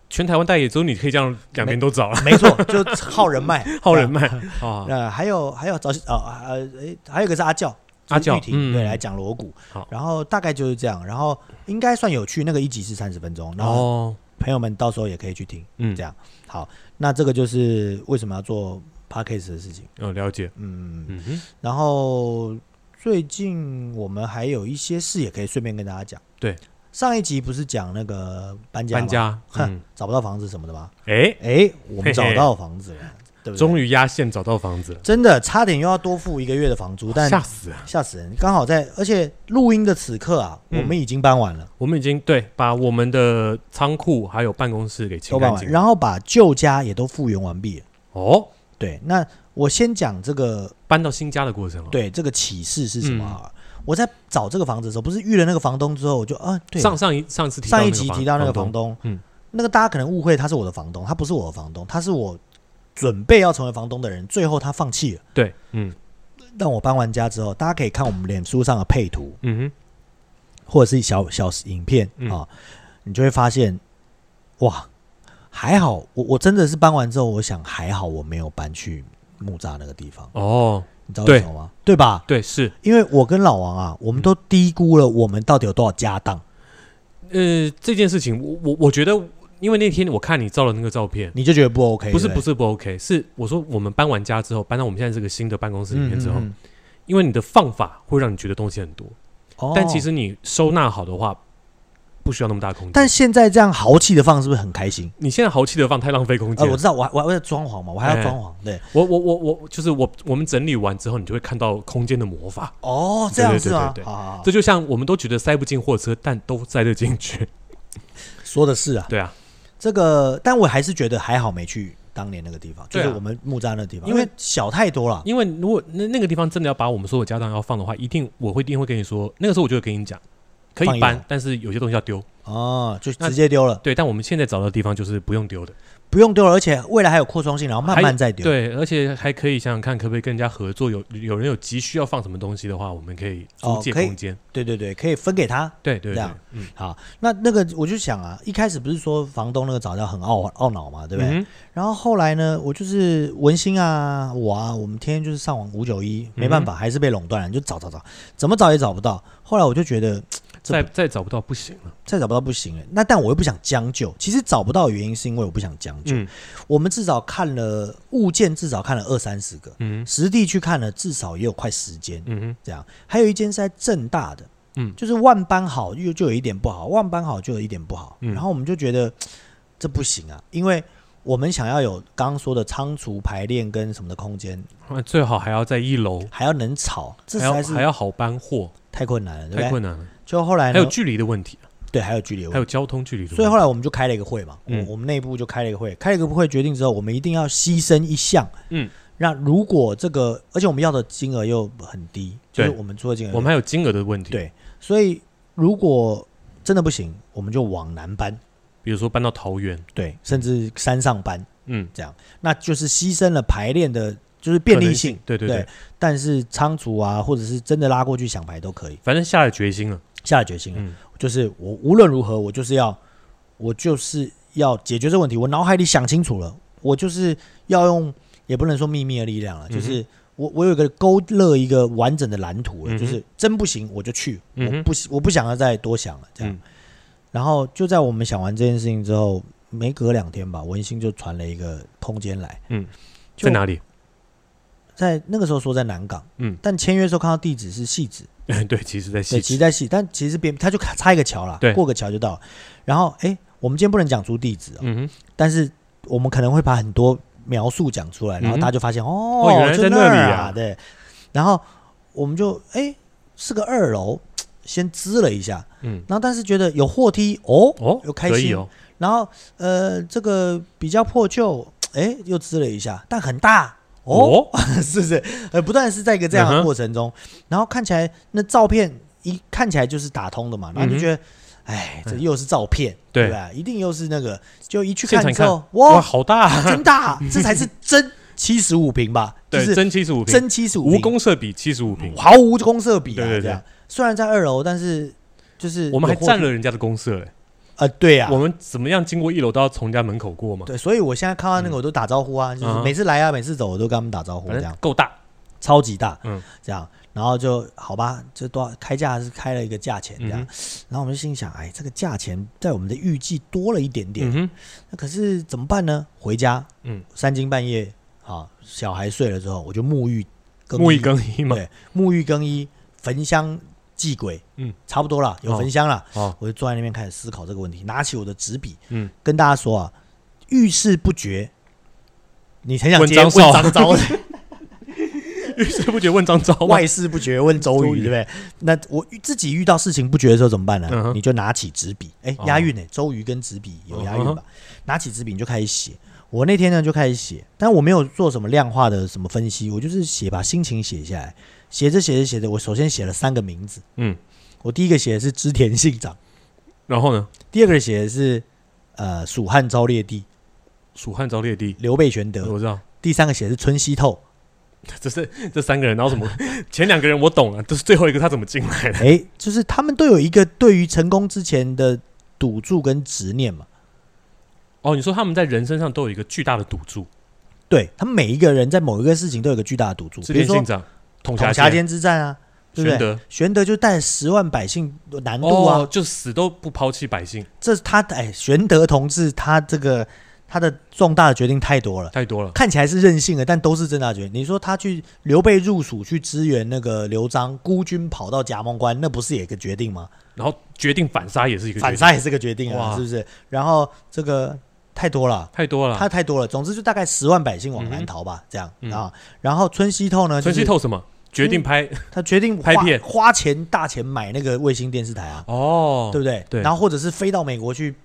A: 全台湾代也只有你可以这样两边都找啊，
B: 没错，就好人脉，
A: *laughs* 好人脉啊，
B: 呃，还有还有早啊呃，诶还有一个是阿教，
A: 阿
B: 就是
A: 教
B: 玉
A: 嗯
B: 婷对来讲锣鼓
A: 好，
B: 然后大概就是这样，然后应该算有趣，那个一集是三十分钟，然后
A: 哦，
B: 朋友们到时候也可以去听。
A: 嗯
B: 这，样好，那这个就是为什么要做 podcast 的事情。
A: 哦，了解，
B: 嗯，
A: 嗯哼，
B: 然后最近我们还有一些事也可以顺便跟大家讲。
A: 对，
B: 上一集不是讲那个搬家吗
A: 搬家，
B: 哼
A: 嗯，
B: 找不到房子什么的吗？
A: 哎，
B: 哎，我们找
A: 嘿嘿
B: 到房子了，对不对？
A: 终
B: 于
A: 于压线找到房子了，
B: 真的差点又要多付一个月的房租，但
A: 吓死啊！
B: 吓死人！刚好在，而且录音的此刻啊，
A: 嗯
B: 我们已经搬完了，
A: 我们已经对把我们的仓库还有办公室给清
B: 都搬
A: 干
B: 完，
A: 净了。
B: 然后把旧家也都复原完毕了。
A: 哦，
B: 对，那我先讲这个，
A: 搬到新家的过程哦。，
B: 对这个启示是什么
A: 嗯
B: 啊？我在找这个房子的时候，不是遇了那个房东之后，我就啊，对，
A: 上上一上次提到
B: 上
A: 那
B: 一
A: 个
B: 集
A: 房
B: 提到那个
A: 房
B: 房，东，
A: 嗯
B: 那个大家可能误会他是我的房东，他不是我的房东，他是我准备要成为房东的人，最后他放弃了。
A: 对，嗯
B: 让我搬完家之后，大家可以看我们脸书上的配图，
A: 嗯
B: 或者是小小影片啊、
A: 嗯
B: 你就会发现，哇，还好，我我真的是搬完之后，我想还好我没有搬去木栅那个地方，
A: 哼，哦，
B: 你知道
A: 对
B: 为什么吗？对吧？
A: 对，是，
B: 因为我跟老王啊，我们都低估了我们到底有多少家当。
A: 呃，这件事情，我我我觉得，因为那天我看你照了那个照片，
B: 你就觉得不 OK？
A: 不是
B: 对
A: 不
B: 对
A: 是不 OK，是我说我们搬完家之后，搬到我们现在这个新的办公室里面之后，
B: 嗯嗯
A: 因为你的放法会让你觉得东西很多，
B: 哦
A: 但其实你收纳好的话，不需要那么大空间。
B: 但现在这样豪气的放，是不是很开心？
A: 你现在豪气的放太浪费空
B: 啊，
A: 间了。
B: 我知道，我还我还要装潢嘛，我还要
A: 哎
B: 装潢。对，
A: 我我我我就是我我们整理完之后，你就会看到空间的魔法。
B: 哦，这
A: 对
B: 样
A: 对
B: 是
A: 对
B: 吗？
A: 对对
B: 好好好，
A: 这就像我们都觉得塞不进货车，但都塞得进
B: *laughs*
A: 去。
B: 说的是啊，
A: 对啊，
B: 这个，但我还是觉得还好没去当年那个地方，就
A: 对啊
B: 是我们木栅那个地方，
A: 因
B: 因
A: 为
B: 为小太多了。
A: 因为如果那那个地方真的要把我们所有家当要放的话，一定我会一定会跟你说，那个时候我就会跟你讲，可
B: 放
A: 以
B: 一
A: 搬
B: 楼，
A: 但是有些东西要丢。
B: 哦，就直接丢了，
A: 对，但我们现在找到的地方就是不用丢的，
B: 不用丢了，而且未来还有扩充性，然后慢慢再丢。，
A: 对，而且还可以想想看，可不可以跟人家合作，有有人有急需要放什么东西的话，我们可以租借
B: 哦可以
A: 空间。
B: 对对对，可以分给他。
A: 对对对
B: 这样，
A: 嗯，
B: 好，那那个我就想啊，一开始不是说房东那个找料很懊懊恼嘛，对不对？
A: 嗯哼
B: 然后后来呢，我就是文心啊，我啊，我们天天就是上网五九一，没
A: 嗯
B: 办法，还是被垄断了，你就找找找，怎么找也找不到。后来我就觉得这
A: 再再找不到不行了。
B: 再找不到不行了，那但我又不想将就。其实找不到的原因是因为我不想将就。
A: 嗯
B: 我们至少看了物件，至少看了二三十个，
A: 嗯
B: 实地去看了至少也有快十间。
A: 嗯哼，
B: 这样，还有一间是在正大的，
A: 嗯
B: 就是万般好又就有一点不好，万般好就有一点不好。
A: 嗯
B: 然后我们就觉得嘖这不行啊，因为我们想要有刚刚说的仓储排练跟什么的空间，
A: 那最好还要在一楼，
B: 还要能吵，这
A: 还
B: 实在
A: 要还
B: 是
A: 要好搬货，
B: 太困难了，
A: 太
B: 对不对？
A: 困难了。
B: 就后来
A: 还
B: 呢
A: 有，距离的问题，
B: 对，还有距离问
A: 还
B: 题
A: 有交通距离的问题。
B: 所以后来我们就开了一个会嘛，
A: 嗯
B: 我我们内部就开了一个会，开了一个会决定之后，我们一定要牺牲一项，
A: 嗯，
B: 那如果这个，而且我们要的金额又很低，就是
A: 对
B: 我们出的金额，
A: 我们还有金额的问题，
B: 嗯对所以如果真的不行，我们就往南搬，
A: 比如说搬到桃园，
B: 对，甚至山上搬，
A: 嗯，
B: 那就是牺牲了排练的，就是便
A: 可
B: 利
A: 能
B: 性，，
A: 对对对
B: 对，但是仓储啊，或者是真的拉过去想排都可以，
A: 反正下了决心了，
B: 下了决心了，
A: 嗯
B: 就是我无论如何，我就是要，我就是要解决这个问题。我脑海里想清楚了，我就是要用，也不能说秘密的力量了，
A: 嗯哼
B: 就是我我有一个勾勒一个完整的蓝图了，
A: 嗯哼
B: 就是真不行我就去，
A: 嗯
B: 我
A: 哼，
B: 不我不想要再多想了，这样。
A: 嗯
B: 然后就在我们想完这件事情之后，没隔两天吧，文心就传了一个空间来，
A: 嗯，
B: 就
A: 在哪里？ *laughs*
B: 在那个时候说在南港，
A: 嗯
B: 但签约的时候看到地址是戏子，
A: 对，其实在
B: 对，
A: 西
B: 其实在戏，但其实边他就卡差一个桥啦，
A: 对
B: 过个桥就到了。然后哎，我们今天不能讲出地址哦，
A: 嗯哼，
B: 但是我们可能会把很多描述讲出来，然后
A: 嗯哼
B: 大家就发现、哦，
A: 哦原来
B: 就
A: 在
B: 那
A: 那里
B: 儿啊，
A: 啊
B: 对。然后我们就哎是个二楼，先支了一下，
A: 嗯，
B: 然后但是觉得有货梯哦，
A: 哦，
B: 有开
A: 可以
B: 心
A: 哦，
B: 然后呃这个比较破旧，哎又支了一下，但很大哦，
A: 哦，
B: *laughs* 是不是？呃，不断是在一个这样
A: 嗯
B: 的
A: 哼
B: 过程中，然后看起来那照片一看起来就是打通的嘛，然后就觉得，哎、这又是照片，
A: 嗯对
B: 吧？一定又是那个，就一去
A: 现
B: 看
A: 场
B: 之后，
A: 哇，
B: 哇，
A: 好大啊，
B: 真大、这才是真七十五平吧？
A: *laughs*
B: 就
A: 对，
B: 是
A: 真七十五平，
B: 真七十五
A: 无
B: 平，
A: 公设比七十五平，
B: 毫无公设比啊，
A: 对对对
B: 这样。虽然在二楼，但是就是
A: 我们还
B: 有货
A: 占了人家的公设嘞，
B: 啊、嗯对呀、
A: 我们怎么样经过一楼都要从人家门口过嘛，
B: 对，所以我现在看到那个我都打招呼啊，就
A: 嗯
B: 是
A: 哼
B: 每次来啊，每次走我都跟他们打招呼，
A: 反
B: 这样
A: 正。够大，
B: 超级大，嗯
A: 嗯，
B: 这样，然后就好吧，就多少开价是开了一个价钱这样，
A: 嗯
B: 然后我们就心想，哎，这个价钱在我们的预计多了一点点，
A: 嗯哼，
B: 那可是怎么办呢？回家，嗯
A: 嗯，
B: 三更半夜，啊，小孩睡了之后，我就沐浴更衣
A: 沐浴更衣嘛，
B: 对，沐浴更衣，焚香祭鬼，
A: 嗯，
B: 差不多啦，有
A: 哦
B: 焚香啦，
A: 哦
B: 我就坐在那边开始思考这个问题，拿起我的纸笔，
A: 嗯，
B: 跟大家说啊，遇事不决，你很想
A: 问
B: 接
A: 张少 *laughs*
B: 张昭， *laughs*
A: 遇事不决问张昭吗
B: 外事不决问周
A: 哦周
B: 瑜，
A: 瑜
B: 对不对？那我自己遇到事情不决的时候怎么办呢？
A: 嗯哼
B: 你就拿起纸笔，哎，
A: 哦
B: 押韵呢、周瑜跟纸笔有押韵
A: 嗯
B: 吧？拿起纸笔你就开始写。我那天呢就开始写，但我没有做什么量化的什么分析，我就是写把心情写下来。写着写着写着，我首先写了三个名字，
A: 嗯，
B: 我第一个写的是织田信长，
A: 然后呢，
B: 第二个写的是呃蜀汉昭烈帝
A: 蜀汉昭烈帝，
B: 刘备玄德，
A: 我知道，
B: 第三个写的是春熙透。
A: *laughs* 这是这三个人，然后什么？前两个人我懂了，就是最后一个他怎么进来的？
B: 哎、就是他们都有一个对于成功之前的赌注跟执念嘛。
A: 哦，你说他们在人身上都有一个巨大的赌注，
B: 对他们每一个人在某一个事情都有一个巨大的赌注，
A: 织
B: 比如
A: 田
B: 说
A: 信长、统
B: 统
A: 辖
B: 辖、间之战啊，对不
A: 玄
B: 对？
A: 德，
B: 玄德就带十万百姓南渡啊，
A: 哦，就死都不抛弃百姓，
B: 这是他哎，玄德同志他这个他的重大的决定太多了。
A: 太多了。
B: 看起来是任性的，但都是正大决定。你说他去刘备入蜀去支援那个刘璋，孤军跑到夹梦关，那不是也个决定吗？
A: 然后决定反杀也是一个决定
B: 反杀也是个决定啊，
A: 哇
B: 是不是？然后这个太多了，
A: 太多了。
B: 它太多了，总之就大概十万百姓往
A: 嗯
B: 南逃吧，这样啊。然后村西透呢，
A: 春熙
B: 就是
A: 透什么？决定拍 *laughs*
B: 他决定
A: 拍
B: 花
A: 片
B: 花钱大钱买那个卫星电视台啊，
A: 哦，
B: 对不对？
A: 对
B: 然后或者是飞到美国去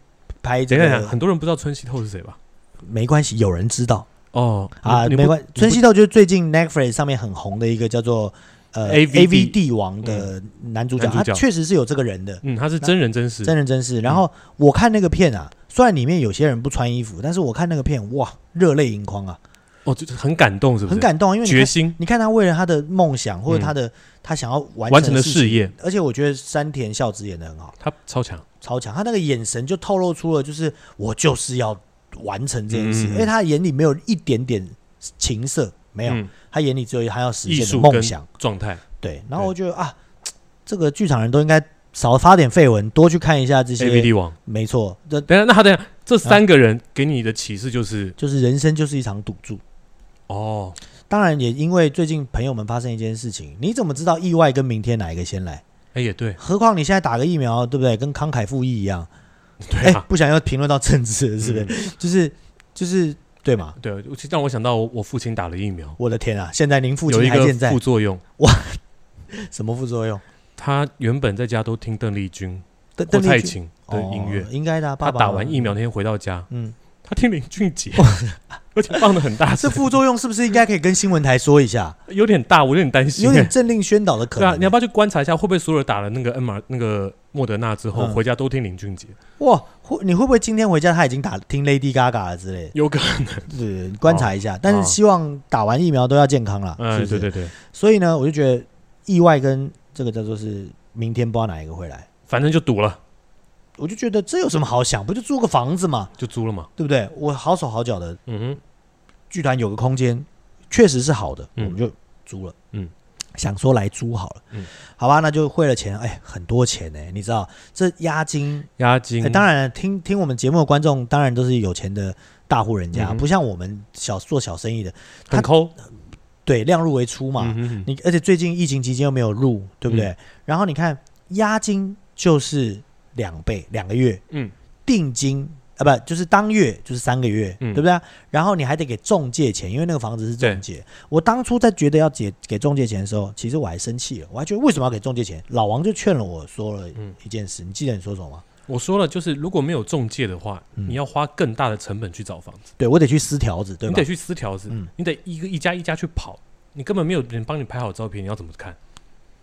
B: 拍这
A: 等一下，等一下
B: 个，
A: 很多人不知道春熙透是谁吧？
B: 没关系，有人知道
A: 哦
B: 啊，没关。
A: 春
B: 村
A: 熙
B: 西透就是最近 Netflix 上面很红的一个叫做呃
A: AV
B: A V 帝王的男主角，
A: 嗯男主
B: 他
A: 角
B: 确实是有这个人的。
A: 嗯，他是嗯真人真事，
B: 真人真事。然后我看那个片啊，虽然里面有些人不穿衣服，但是我看那个片，哇，热泪盈眶啊，
A: 哦，就是很感动，是不是？
B: 很感动啊，因为你看
A: 决心嗯
B: 你看他为了他的梦想或者他的、他想要完
A: 完成
B: 的
A: 了
B: 事
A: 事
B: 情，
A: 业，
B: 而且我觉得山田孝之演的很好，
A: 他超强。
B: 超强，他那个眼神就透露出了就是我就是要完成这件事，
A: 嗯
B: 因为他眼里没有一点点情色，没有，
A: 嗯
B: 他眼里只有他要实
A: 艺
B: 现的
A: 术
B: 梦
A: 跟
B: 想。
A: 状态，
B: 对，然后我觉得啊，这个剧场人都应该少发点绯闻，多去看一下这
A: A V
B: 些。
A: D 王。
B: 没错，这
A: 等一下，那他等一下，这三个人给你的启示就是，
B: 就是人生就是一场赌注。啊
A: 哦，
B: 当然，也因为最近朋友们发生一件事情，你怎么知道意外跟明天哪一个先来？
A: 哎也对，
B: 何况你现在打个疫苗，对不对？跟慷慨赴义一样。
A: 对
B: 哎、
A: 啊，嗯
B: 不想要评论到政治了，是不是？就是就是对嘛？
A: 对，我其实让我想到我我父亲打了疫苗，
B: 我的天啊！现在您父
A: 有
B: 亲
A: 一
B: 还
A: 个
B: 健在
A: 副，作用，
B: 什么副作用？
A: 他原本在家都听邓丽君、
B: 邓
A: 郭
B: 邓
A: 蔡
B: 丽君
A: 琴的音乐
B: 哦，应该的啊、爸
A: 他
B: 爸
A: 打
B: 嘛
A: 完疫苗，那天回到家，
B: 嗯，哦
A: 他听林俊杰， *laughs* 而且放的很大
B: 这
A: 声，
B: 副作用是不是应该可以跟新闻台说
A: *laughs*
B: 一下？
A: 有点大，我有点担心
B: 有点
A: 欸。
B: 政令宣导的可
A: 对啊，
B: 能
A: 你要。不要去观察一下，会不会所有人打了那个 M R 那个莫德纳之后，
B: 嗯
A: 回家都听林俊杰？
B: 哇，会你会不会今天回家他已经打听 Lady Gaga 了之类的？
A: 有可
B: 对对对，你观察一下。但是希望打完疫苗都要健康啦，
A: 能，嗯，
B: 是不是
A: 哦对？对对，
B: 所以呢，我就觉得意外跟这个叫做是明天不知道哪一个会来，
A: 反正就赌了，
B: 我就觉得这有什么好想？不就租个房子嘛，
A: 就租了嘛。
B: 对不对？我好手好脚的
A: 嗯
B: 剧团有个空间，确实是好的，
A: 嗯
B: 我们就租了。
A: 嗯，
B: 想说来租好了。
A: 嗯，
B: 好吧，那就汇了钱，哎，很多钱呢、你知道这押金
A: 哼，押金
B: 哎，当然了，听听我们节目的观众，当然都是有钱的大户人家，
A: 嗯哼
B: 不像我们小做小生意的，他
A: 很抠
B: 对，量入为出嘛。
A: 嗯哼
B: 你而且最近疫情期间又没有入，对不对？
A: 嗯
B: 然后你看押金就是两倍，两个月，
A: 嗯，
B: 定金啊不就是当月就是三个月，
A: 嗯
B: 对不对？然后你还得给中介钱，因为那个房子是中介。我当初在觉得要给给中介钱的时候，其实我还生气了，我还觉得为什么要给中介钱？老王就劝了我说了
A: 嗯
B: 一件事，你记得你说什么吗？
A: 我说了，就是如果没有中介的话，
B: 嗯
A: 你要花更大的成本去找房子，
B: 对我得去撕条子，对
A: 你
B: 吧
A: 得？去撕条子，
B: 嗯
A: 你得一个一家一家去跑，你根本没有人帮你拍好照片，你要怎么看？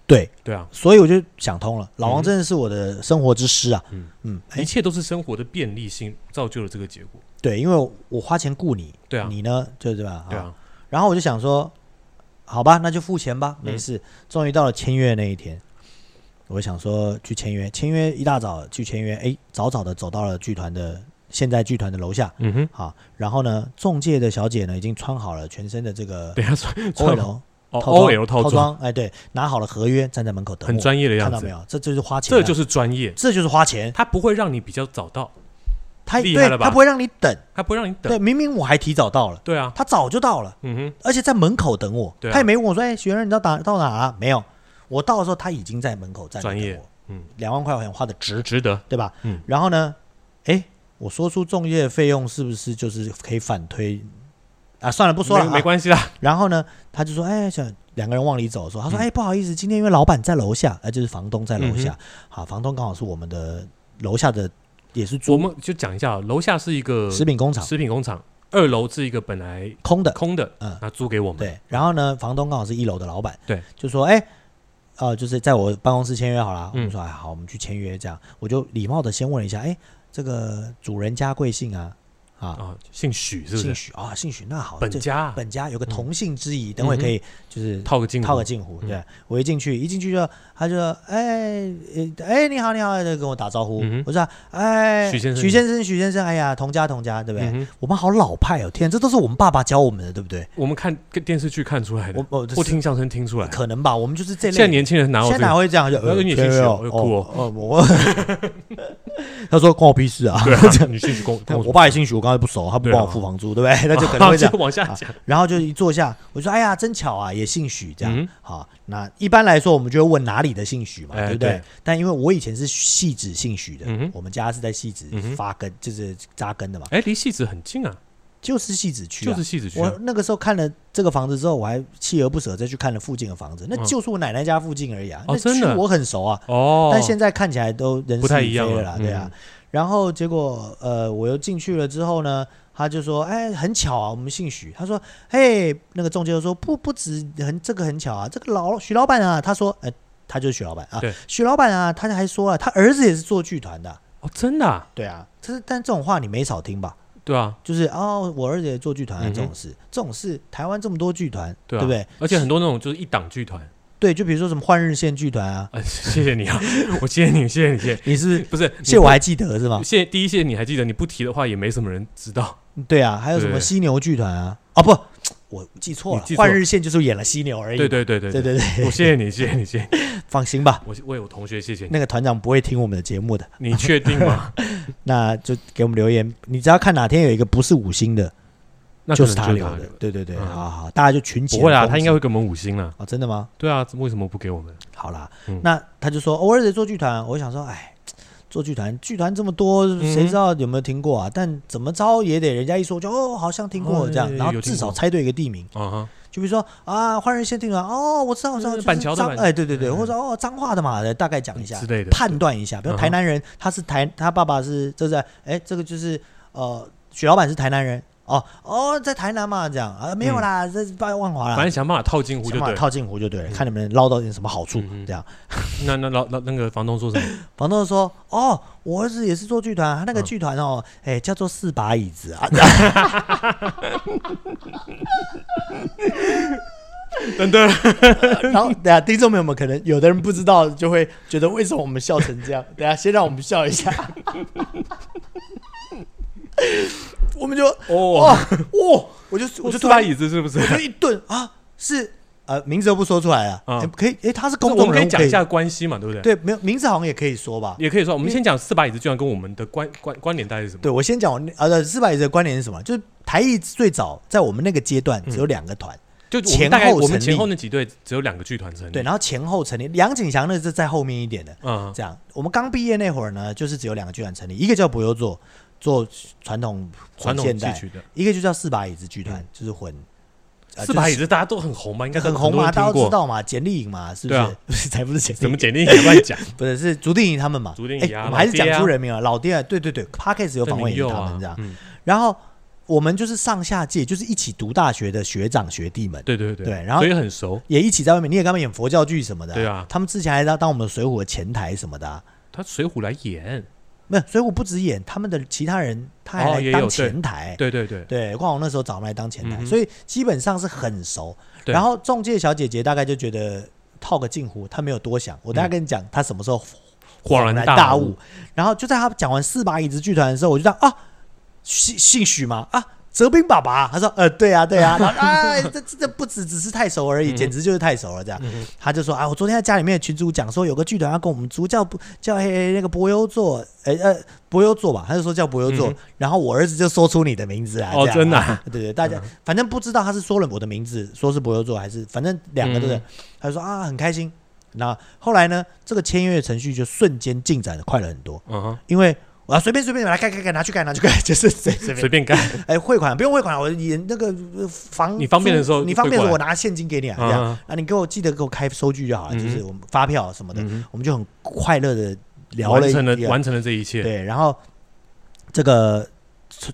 B: 对，
A: 对啊，
B: 所以我就想通了，老王
A: 嗯
B: 真的是我的生活之师啊。嗯
A: 嗯
B: 嗯，
A: 一
B: 哎，
A: 切都是生活的便利性造就了这个结果。
B: 对，因为我我花钱雇你，
A: 对啊，
B: 你呢，就对吧？
A: 对啊，
B: 然后我就想说，好吧，那就付钱吧，
A: 嗯
B: 没事。终于到了签约那一天，我想说去签约，签约一大早去签约，哎，早早的走到了剧团的现在剧团的楼下，
A: 嗯哼，
B: 好，然后呢，中介的小姐呢已经穿好了全身的这个
A: 等一下
B: *laughs*
A: 穿穿
B: OL
A: 哦
B: 套装
A: OL 套
B: 套
A: 装，
B: 装，哎，对，拿好了合约，站在门口等
A: 很
B: 我，
A: 专业的样
B: 看到没
A: 子，
B: 有？这就是花钱啊，
A: 这就是专业，
B: 这就是花钱，
A: 他不会让你比较早到，
B: 他
A: 厉害
B: 对
A: 了吧
B: 他不会让你等，
A: 他不会让你等。
B: 对，明明我还提早到了，
A: 对啊，
B: 他早就到了。
A: 嗯哼，
B: 而且在门口等我，
A: 对啊
B: 他也没问我说：“哎、学仁，你到哪到哪了、没有，我到的时候他已经在门口站着
A: 专业
B: 等我，
A: 嗯，
B: 两万块钱花的值，
A: 值得，
B: 对吧？
A: 嗯，
B: 然后呢，哎，我说出中介费用是不是就是可以反推？啊，算了，不说了、
A: 没没
B: 啊。
A: 关系啦，
B: 然后呢，他就说，哎，想两个人往里走的时候，他
A: 嗯
B: 说，哎，不好意思，今天因为老板在楼下，哎、就是房东在楼
A: 嗯
B: 下，好，房东刚好是我们的楼下的，也是
A: 我
B: 租
A: 们呃就讲一下，楼下是一个
B: 食品工厂，
A: 食品工厂，二楼是一个本来
B: 空的，
A: 空的，
B: 嗯
A: 那租给我们，
B: 对，然后呢，房东刚好是一楼的老板，
A: 对，
B: 就说哎。呃，就是在我办公室签约好了。我
A: 嗯
B: 们说，哎，好，我们去签约这样。我就礼貌的先问了一下，哎，这个主人家贵姓啊？啊，
A: 啊，姓许是不
B: 姓
A: 是？
B: 许啊，姓许，那好，
A: 本
B: 这
A: 家啊
B: 本家有个
A: 嗯
B: 同姓之谊，等会可以就是
A: 套个镜头，
B: 套个近乎。
A: 嗯
B: 对我一进去，一进去就他就哎呃哎你好你好，就跟我打招呼
A: 嗯哼。
B: 我说哎
A: 许先生
B: 许先生许先生，哎呀同家同家，对不对？
A: 嗯哼，
B: 我们好老派哦，天，这都是我们爸爸教我们的，对不对？
A: 我们看跟电视剧看出来的
B: 我，我这
A: 或
B: 是
A: 听相声听出来的。
B: 可能吧，我们就是这类。
A: 现在年轻人哪有
B: 现
A: 这
B: 在哪
A: 个？
B: 会这样？就
A: 那
B: 呃
A: 个你也去
B: 哦
A: 学我就哭哦
B: 哦，我他说关我屁事啊！
A: 对
B: *laughs*
A: 啊，你兴许跟我跟
B: 我
A: 我
B: 爸也姓许，我刚才不熟，他不
A: 对啊啊
B: 帮我付房租，对不对？那 *laughs* 就可能
A: 好
B: 会这样
A: *laughs* 接。往下讲，
B: 然后就一坐下，我就说：“哎呀，真巧啊，也姓许这样。
A: 嗯
B: 好，那一般来说我们就会问哪里的姓许嘛，
A: 哎
B: 对不对？
A: 对
B: 但因为我以前是戏子姓许的，
A: 嗯哼
B: 我们家是在戏子
A: 嗯哼
B: 发根，就是扎根的嘛，
A: 哎，离戏子很近啊，
B: 就是戏子区啊。
A: 就是戏子区啊
B: 我。那个时候看了这个房子之后，我还锲而不舍再去看了附近的房子，那
A: 嗯
B: 就是我奶奶家附近而已啊。
A: 哦
B: 那
A: 真
B: 区
A: 的
B: 我很熟啊，
A: 哦，
B: 但现在看起来都人
A: 不太
B: 事
A: 一
B: 已
A: 样
B: 非
A: 了
B: 了啦，对啊
A: 嗯。
B: 然后结果呃，我又进去了之后呢，他就说，哎，很巧啊，我们姓许。他说，嘿，那个中介就说，不不止很这个很巧啊，这个老许老板啊，他说，哎、他就是许老板啊
A: 对，
B: 许老板啊，他还说了，他儿子也是做剧团的啊，
A: 哦，真的啊，
B: 对啊。这是但这种话你没少听吧？
A: 对啊，
B: 就是哦，我儿子也做剧团啊、
A: 嗯哼
B: 这种事，这种事台湾这么多剧团，
A: 对啊，
B: 不对？
A: 而且很多那种就是一档剧团，
B: 对，就比如说什么幻日线剧团
A: *laughs*
B: 啊，
A: 呃，谢谢你啊，我谢谢你，谢谢你，谢谢
B: 你是不是
A: 你，不是，你
B: 谢我还记得是吗
A: 不，？谢第一谢谢你还记得，你不提的话也没什么人知道，
B: 对啊，还有什么
A: 对
B: 犀牛剧团啊？啊不，我记错了
A: 你记，错了
B: 幻日线就是演了犀牛而已。
A: 对对对对
B: 对，对对
A: 我谢谢你，谢谢你，谢谢你，
B: 放心吧，
A: 我为我同学谢谢你，
B: 那个团长不会听我们的节目的，
A: 你确定吗？
B: 那就给我们留言。你只要看哪天有一个不是五星的，
A: 那
B: 就
A: 可
B: 是
A: 能
B: 他留
A: 他
B: 的。对对对，
A: 嗯
B: 好好，大家就群起
A: 不
B: 来
A: 会啦，
B: 攻
A: 他应
B: 击
A: 该会给我们五星啦。
B: 哦，真的吗？
A: 对啊，为什么不给我们？
B: 好啦，
A: 嗯
B: 那他就说，哦我儿子做剧团，我想说，哎。做剧团，剧团这么多，
A: 嗯
B: 谁知道有没有听过啊？但怎么着也得人家一说就哦，好像听过
A: 哦
B: 这样，
A: 有
B: 然后
A: 有
B: 至
A: 听
B: 少
A: 过
B: 猜对一个地名。
A: 啊哈，
B: 就比如说啊，换人先听完哦，我知道，我知
A: 嗯
B: 道，就是
A: 板桥的
B: 彰
A: 板
B: 哎，对对对，
A: 嗯
B: 或者哦，彰化的嘛，大概讲一下
A: 之，类的，
B: 判断一下。比如
A: 嗯哼
B: 台南人，他是台，他爸爸是就是，哎，这个就是呃，许老板是台南人，哦哦，在台南嘛，这样啊，没有啦，这是万万华
A: 嗯反
B: 啦
A: 正，想办法套近乎就
B: 想办
A: 对
B: 法
A: 了。
B: 套近乎就对了，
A: 嗯
B: 看你们捞到点什么好处
A: 嗯嗯，
B: 这样。
A: 那那老老那个房东说什么？
B: 房东就说：“哦，我儿子也是做剧团，他那个
A: 嗯
B: 剧团哦，哎、叫做四把椅
A: *laughs*
B: 子啊。”
A: 等等，
B: 然后等下听众朋友们可能有的人不知道，就会觉得为什么我们笑成这样？等下先让我们笑一下，我们就哇
A: 哦，
B: 哦，我就我就突
A: 坐把
B: 然
A: 椅子是不是？
B: 我就一顿啊，是呃名字都不说出来啊，
A: 嗯
B: 哎可以哎他是
A: 那
B: 公
A: 我
B: 众
A: 们可
B: 人
A: 以
B: 物，
A: 讲一下关系嘛，对不对？
B: 对，没有名字好像也可以说吧。
A: 也可以说，我们先讲四把椅子居然跟我们的关关关联大概是什么？
B: 对，我先讲我那啊，对四把椅子的关联是什么？就是台艺最早在我们那个阶
A: 嗯
B: 段只有两个团，
A: 就我们
B: 前
A: 大概
B: 后
A: 我们
B: 成
A: 前
B: 立
A: 后那几队只有两个剧团成立。
B: 对，，然后前后成立，梁景祥那是在后面一点的，
A: 嗯，
B: 这样，我们刚毕业那会儿呢，就是只有两个剧团成立，一个叫博优做做传统
A: 传
B: 混
A: 统
B: 现
A: 戏
B: 代，
A: 曲的
B: 一个就叫四把椅子剧团，
A: 嗯
B: 就是混。呃
A: 四把椅
B: 就是
A: 子大家都很红吧？应该都
B: 很红嘛，啊
A: 很多
B: 大家
A: 人听
B: 都
A: 过。
B: 知道嘛，简丽颖嘛，是不是？
A: 对啊
B: *laughs* 才不是简
A: 怎么
B: 丽颖，
A: 简历也乱讲？
B: 不是是竹定仪他们嘛？
A: 竹定仪啊
B: 哎我们还是
A: 老爹啊
B: 讲出人名了，老爹啊，对对对 p a c k e s 有
A: 郑
B: 访问
A: 明
B: 也
A: 佑
B: 他
A: 啊
B: 们这样，，
A: 嗯
B: 然后我们就是上下届，就是一起读大学的学长学弟们，
A: 对对对
B: 对然后
A: 所以很熟。
B: 也一起在外面，你也跟他们演佛教剧什么的、
A: 对啊
B: 他们之前还当当我们水浒的前台什么的、啊，
A: 他《水浒》来演，
B: 没有，所以我不止演他们的其他人，他
A: 哦
B: 还
A: 也
B: 来
A: 有
B: 当前台。
A: 对对对，
B: 对，冠宏那时候找他们来当前台，
A: 嗯哼
B: 所以基本上是很熟。
A: 对
B: 然后中介小姐姐大概就觉得套个近乎，她没有多想。我
A: 嗯
B: 大概跟你讲，她什么时候
A: 恍然
B: 然
A: 大
B: 悟。。然后就在她讲完四把椅子剧团的时候，我就讲啊，姓姓许吗？啊，泽斌爸爸。她说呃，对啊，对
A: *laughs*
B: 啊。然后啊，这这这不只只是太熟而已，
A: 嗯
B: 简直就是太熟了这样。
A: 嗯哼
B: 他就说啊，我昨天在家里面的群主讲说，有个剧团要跟我们租，叫不叫嘿嘿那个博优座，哎呃博优座吧，他就说叫博优座，
A: 嗯
B: 然后我儿子就说出你的名字啊，
A: 哦
B: 这样
A: 真的啊
B: 啊，对对，大家、反正不知道他是说了我的名字，说是博优座还是反正两个都是，
A: 嗯
B: 他就说啊很开心，那后来呢，这个签约的程序就瞬间进展的快了很多，
A: 嗯哼，
B: 因为我要随便随便来盖盖盖拿去盖拿去 *laughs* 盖，就是随随
A: 随
B: 便
A: 便干，
B: 哎汇款不用汇款，我也那个呃房
A: 你方便的时候
B: 租你方便的时
A: 汇
B: 候我
A: 款
B: 拿现金给你啊，这样
A: 嗯
B: 啊你给我记得给我开收据就好了，就
A: 嗯
B: 是我们发票什么的，
A: 嗯
B: 我们就很快乐的
A: 哼，
B: 聊了
A: 完
B: 一
A: 成了
B: 一个
A: 完成了这一切，
B: 对，然后这个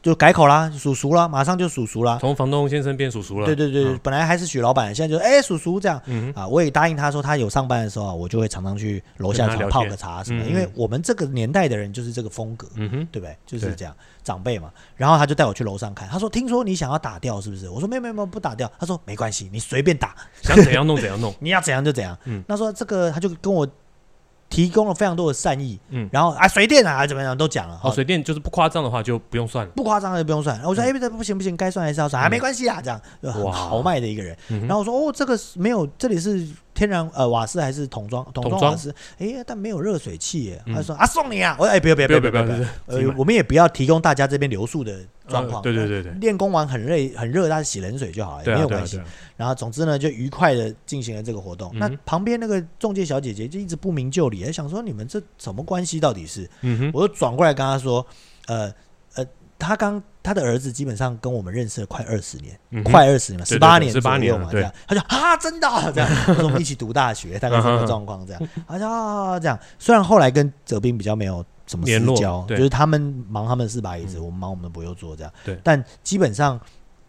B: 就改口啦，叔叔啦，马上就叔叔啦。
A: 从房东先生变叔叔了，
B: 啊对对对，
A: 嗯
B: 本来还是许老板，现在就哎叔叔这样
A: 嗯
B: 啊。我也答应他说，他有上班的时候啊，我就会常常去楼下
A: 跟他
B: 茶
A: 聊
B: 泡
A: 天
B: 个茶什么的，
A: 嗯
B: 因为我们这个年代的人就是这个风格，
A: 嗯哼，
B: 对不对？就是
A: 对
B: 这样，长辈嘛。然后他就带我去楼上看，他说听说你想要打掉是不是？我说没有没有没有不打掉，他说没关系，你随便打，
A: 想怎样弄怎
B: *laughs*
A: 样弄，
B: 你要怎样就怎样。
A: 嗯
B: 那说这个他就跟我提供了非常多的善意，
A: 嗯哦
B: 然后啊随便啊怎么样都讲了，
A: 好，水电就是不夸张的话就不用算了，
B: 不夸张的就不用算。我说哎、这不行不行，该算还是要算啊，
A: 嗯
B: 没关系啊，这样就很
A: 哇
B: 豪迈的一个人。
A: 嗯
B: 然
A: 哼，
B: 后我说哦，这个是没有，这里是天然呃瓦斯还是桶装桶装
A: 桶装
B: 瓦斯？哎，但没有热水器耶。
A: 嗯
B: 他说啊送你啊，我说哎不要不要
A: 不要
B: 要
A: 不
B: 不
A: 要不要，
B: 要，
A: 对呃
B: 呃我们也不要提供大家这边留宿的状况。
A: 对对对对，
B: 练功完很累很热，但是洗冷水就好了，也
A: 对
B: 没
A: 啊
B: 有
A: 对啊
B: 关
A: 对
B: 系
A: 啊。，
B: 然后总之呢，就愉快的进行了这个活动。
A: 嗯
B: 那旁边那个中介小姐姐就一直不明就里，哎想说你们这什么关系到底是？
A: 嗯哼，
B: 我就转过来跟他说，呃呃，他刚他的儿子基本上跟我们认识了快二十年，
A: 嗯哼
B: 快二十年嘛，
A: 对对
B: 十八年
A: 18
B: 左右
A: 年了
B: 嘛，这
A: 对
B: 样，他就啊，真的啊、这样，我说我们一起读大学，大概是这个状
A: *laughs*
B: 况这样，他就啊这样，虽然后来跟泽斌比较没有什么
A: 联
B: 私
A: 络
B: 交，就
A: 对嗯
B: 是他们忙他们的四把椅子，我们忙我们的不用做这样，
A: 对
B: 但基本上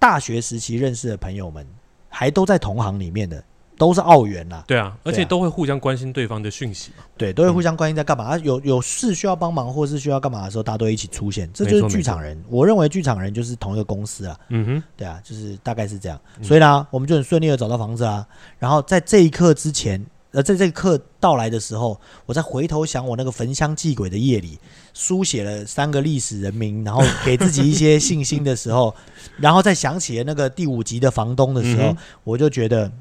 B: 大学时期认识的朋友们，还都在同行里面的。都是澳元啦，
A: 对啊，而
B: 对
A: 且
B: 啊
A: 都会互相关心对方的讯息嘛，
B: 对，都会互相关心在干嘛。啊有有事需要帮忙，或是需要干嘛的时候，大家都会一起出现，这就
A: 没
B: 是
A: 错
B: 剧场人。我认为剧场人就是同一个公司啊，
A: 嗯哼，
B: 对啊，就是大概是这样。
A: 嗯
B: 所以呢，我们就很顺利的找到房子啦。然后在这一刻之前，呃，在这一刻到来的时候，我再回头想我那个焚香祭鬼的夜里，书写了三个历史人名，然后给自己一些信心的
A: *laughs*
B: 时候，然后再想起了那个第五集的房东的时候，
A: 嗯哼
B: 我就觉得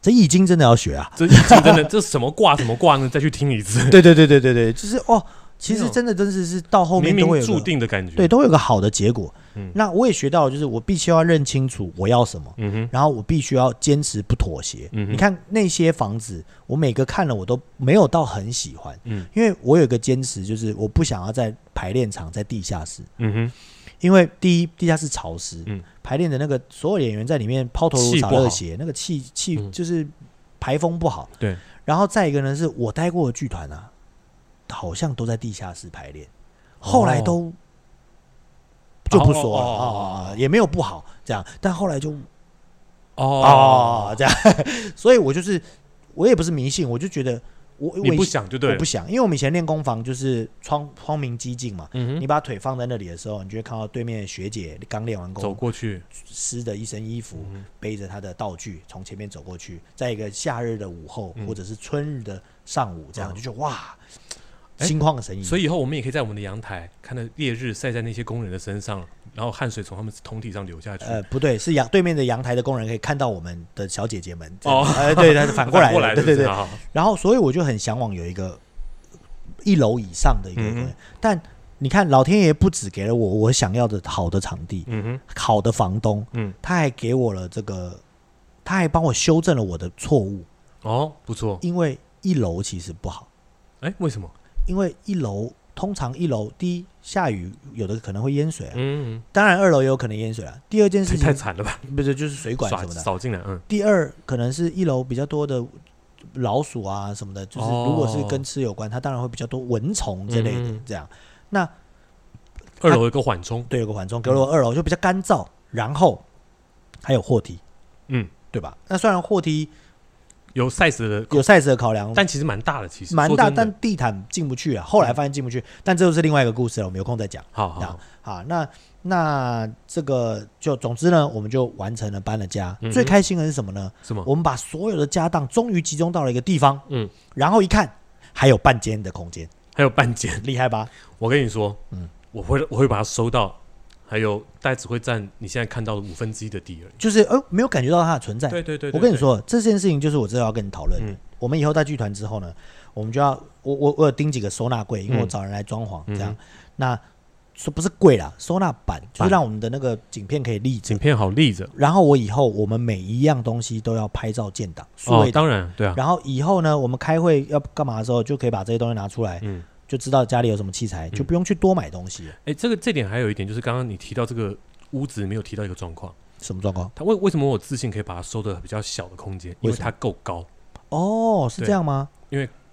B: 这易经真的要学啊。
A: 这这真的这什么卦什么卦呢？再去听一次，
B: 对对对对对对，就是哦，其实
A: 没有
B: 真的真的是到 *laughs* 后面
A: 冥
B: 都会有
A: 冥
B: 个
A: 注定的感觉，
B: 对，都会有个好的结果。
A: 嗯
B: 那我也学到了，就是我必须要认清楚我要什么，
A: 嗯哼，
B: 然后我必须要坚持不妥协。
A: 嗯哼
B: 你看那些房子，我每个看了我都没有到很喜欢，
A: 嗯
B: 因为我有个坚持，就是我不想要在排练场在地下室，
A: 嗯
B: 因为第一地下室潮湿，
A: 嗯
B: 排练的那个所有演员在里面抛头颅
A: 气
B: 洒
A: 不
B: 热
A: 好
B: 血，那个气气
A: 嗯
B: 就是排风不好。
A: 对，
B: 然后再一个呢，是我待过的剧团啊，好像都在地下室排练，后来都就不说了
A: 哦哦哦
B: 啊，也没有不好这样，但后来就
A: 哼，哦，
B: 哦这样，所以我就是我也不是迷信，我就觉得我我
A: 你
B: 以
A: 不
B: 前
A: 想就对
B: 我
A: 了
B: 不，想，因为我们以前练功房就是窗窗明几净嘛，
A: 嗯
B: 你
A: 哼，
B: 把腿放在那里的时候，你就会看到对面的学姐刚练完
A: 走
B: 功，
A: 过去，嗯
B: 湿的一身衣服，背着她的道具从前面走过去，在一个夏日的午后、
A: 嗯
B: 或者是春日的上午，这样、
A: 嗯
B: 就觉得哇，
A: 哎
B: 心旷神怡。
A: 所以以后我们也可以在我们的阳台看到烈日晒在那些工人的身上，然后汗水从他们通体上流下去。
B: 呃，不对，是阳对面的阳台的工人可以看到我们的小姐姐们。
A: 哦
B: 呃，对，她反过来
A: 反过
B: 了，
A: 来，
B: 对对对。
A: 好好
B: 然后，所以我就很向往有一个一楼以上的一个工人，
A: 嗯
B: 但你看，老天爷不只给了我我想要的好的场地、
A: 嗯哼，
B: 好的房东，
A: 嗯，
B: 他还给我了这个，他还帮我修正了我的错误，
A: 哦，不错。
B: 因为一楼其实不好，
A: 哎，为什么？
B: 因为一楼通常一楼第一下雨有的可能会淹水、啊，
A: 嗯，
B: 当然二楼也有可能淹水啊。第二件
A: 这
B: 事
A: 太
B: 情
A: 惨了吧？
B: 不是就是水管
A: 耍
B: 什么的，
A: 扫进来，嗯，
B: 第二可能是一楼比较多的老鼠啊什么的，就是如果是
A: 哦
B: 跟吃有关，它当然会比较多蚊虫之类的、
A: 嗯
B: 这样。那
A: 二楼有个缓冲，
B: 对，有个缓冲，给了我二楼就比较干燥，然后还有货梯，
A: 嗯，
B: 对吧？那虽然货梯
A: 有 size 的，
B: 有 size 的考量，
A: 但其实蛮大的，其实
B: 嗯蛮
A: 说
B: 大，
A: 真的
B: 但地毯进不去啊。后来发现进不去，但这又是另外一个故事了，我们有空再讲
A: 好好，
B: 啊。那那这个就总之呢，我们就完成了搬了家。
A: 嗯哼
B: 最开心的是什么呢？
A: 什么？
B: 我们把所有的家当终于集中到了一个地方，
A: 嗯，
B: 然后一看还有半间的空间，
A: 还有半截，
B: 厉害吧？
A: 我跟你说，
B: 嗯
A: 嗯，我会我会把它收到，还有大概只会占你现在看到的五分之一的底而已。
B: 就是呃，没有感觉到它的存在。
A: 对对对，
B: 我跟你，说，这件事情就是我知道要跟你讨论的。
A: 嗯
B: 我们以后在剧团之后呢，我们就要我我我有盯几个收纳柜，因为我
A: 嗯
B: 找人来装潢、
A: 嗯哼
B: 这样。那说不是柜啦，收纳板，就是
A: 板
B: 让我们的那个景片可以立着
A: 景。片好立着
B: 然后我以后我们每一样东西都要拍照建档，数
A: 哦
B: 位，档。
A: 当然对啊，
B: 然后以后呢，我们开会要干嘛的时候，就可以把这些东西拿出来，
A: 嗯，
B: 就知道家里有什么器材，就不用去多买东西了。
A: 哎，这个这点还有一点就是刚刚你提到这个屋子没有提到一个状况，
B: 什么状况？
A: 它为为什么我自信可以把它收的比较小的空间，因
B: 为
A: 为
B: 什么
A: 它够高，
B: 哦，是
A: 对
B: 这样吗？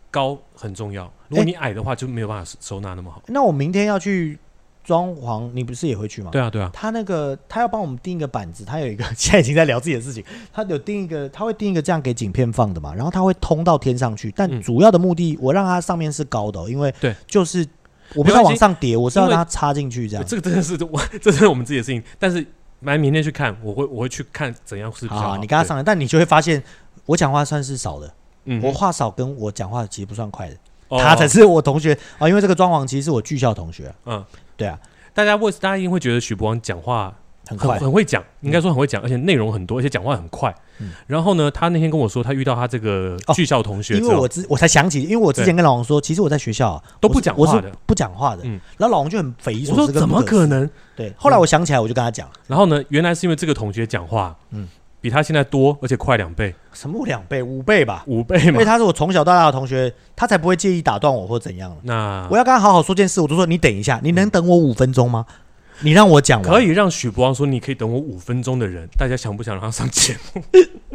A: 高很重要，如果
B: 哎
A: 你矮的话就没有办法收收纳那么好。
B: 那我明天要去装潢，你不是也会去吗？
A: 对啊对啊，
B: 他那个他要帮我们定一个板子，他有一个 *laughs* 现在已经在聊自己的事情，他有定一个，他会定一个这样给景片放的嘛，然后他会通到天上去，但
A: 嗯
B: 主要的目的我让它上面是高的哦、因为
A: 对，
B: 就是我不是要
A: 没关系
B: 往上叠，我是要
A: 因为
B: 让它插进去这样。
A: 这个真的是我这是我们自己的事情，但是来明天去看，我会我会去看怎样是比较
B: 好
A: 好。
B: 好，你跟他
A: 对
B: 商量，但你就会发现我讲话算是少的，
A: 嗯
B: 我话少跟我讲话其实不算快的，
A: 哦
B: 他才是我同学啊，因为这个装潢其实是我剧校同学啊，
A: 嗯，
B: 对啊，
A: 大家为大家一定会觉得许博王讲话
B: 很
A: 很
B: 快，
A: 很会讲，应该说很会讲，而且内容很多，而且讲话很快。然后呢，他那天跟我说，他遇到他这个
B: 嗯哦
A: 剧校同学
B: 因
A: 之
B: 为
A: 后
B: 我，之我才想起，因为我之前跟老王说，其实我在学校、啊、
A: 都
B: 我
A: 不
B: 是
A: 讲
B: 我
A: 话
B: 是
A: 的
B: 不讲话的。
A: 嗯
B: 然后老王就很匪夷
A: 我
B: 所
A: 说
B: 思，跟
A: 怎么
B: 不思
A: 可？能？
B: 对，后来我想起来，我就跟他讲，
A: 然后呢，原来是因为这个同学讲话，
B: 嗯
A: 比他现在多，而且快两倍、
B: 什么两倍、五倍吧，
A: 五倍
B: 因
A: 嘛
B: 为。他是我从小到大的同学，他才不会介意打断我或怎样了。
A: 那
B: 我要跟他好好说件事，我就说你等一下，你能等我五分钟吗？你让我讲完，
A: 可以让许博王说你可以等我五分钟的人，大家想不想让他上
B: *laughs*
A: 节目？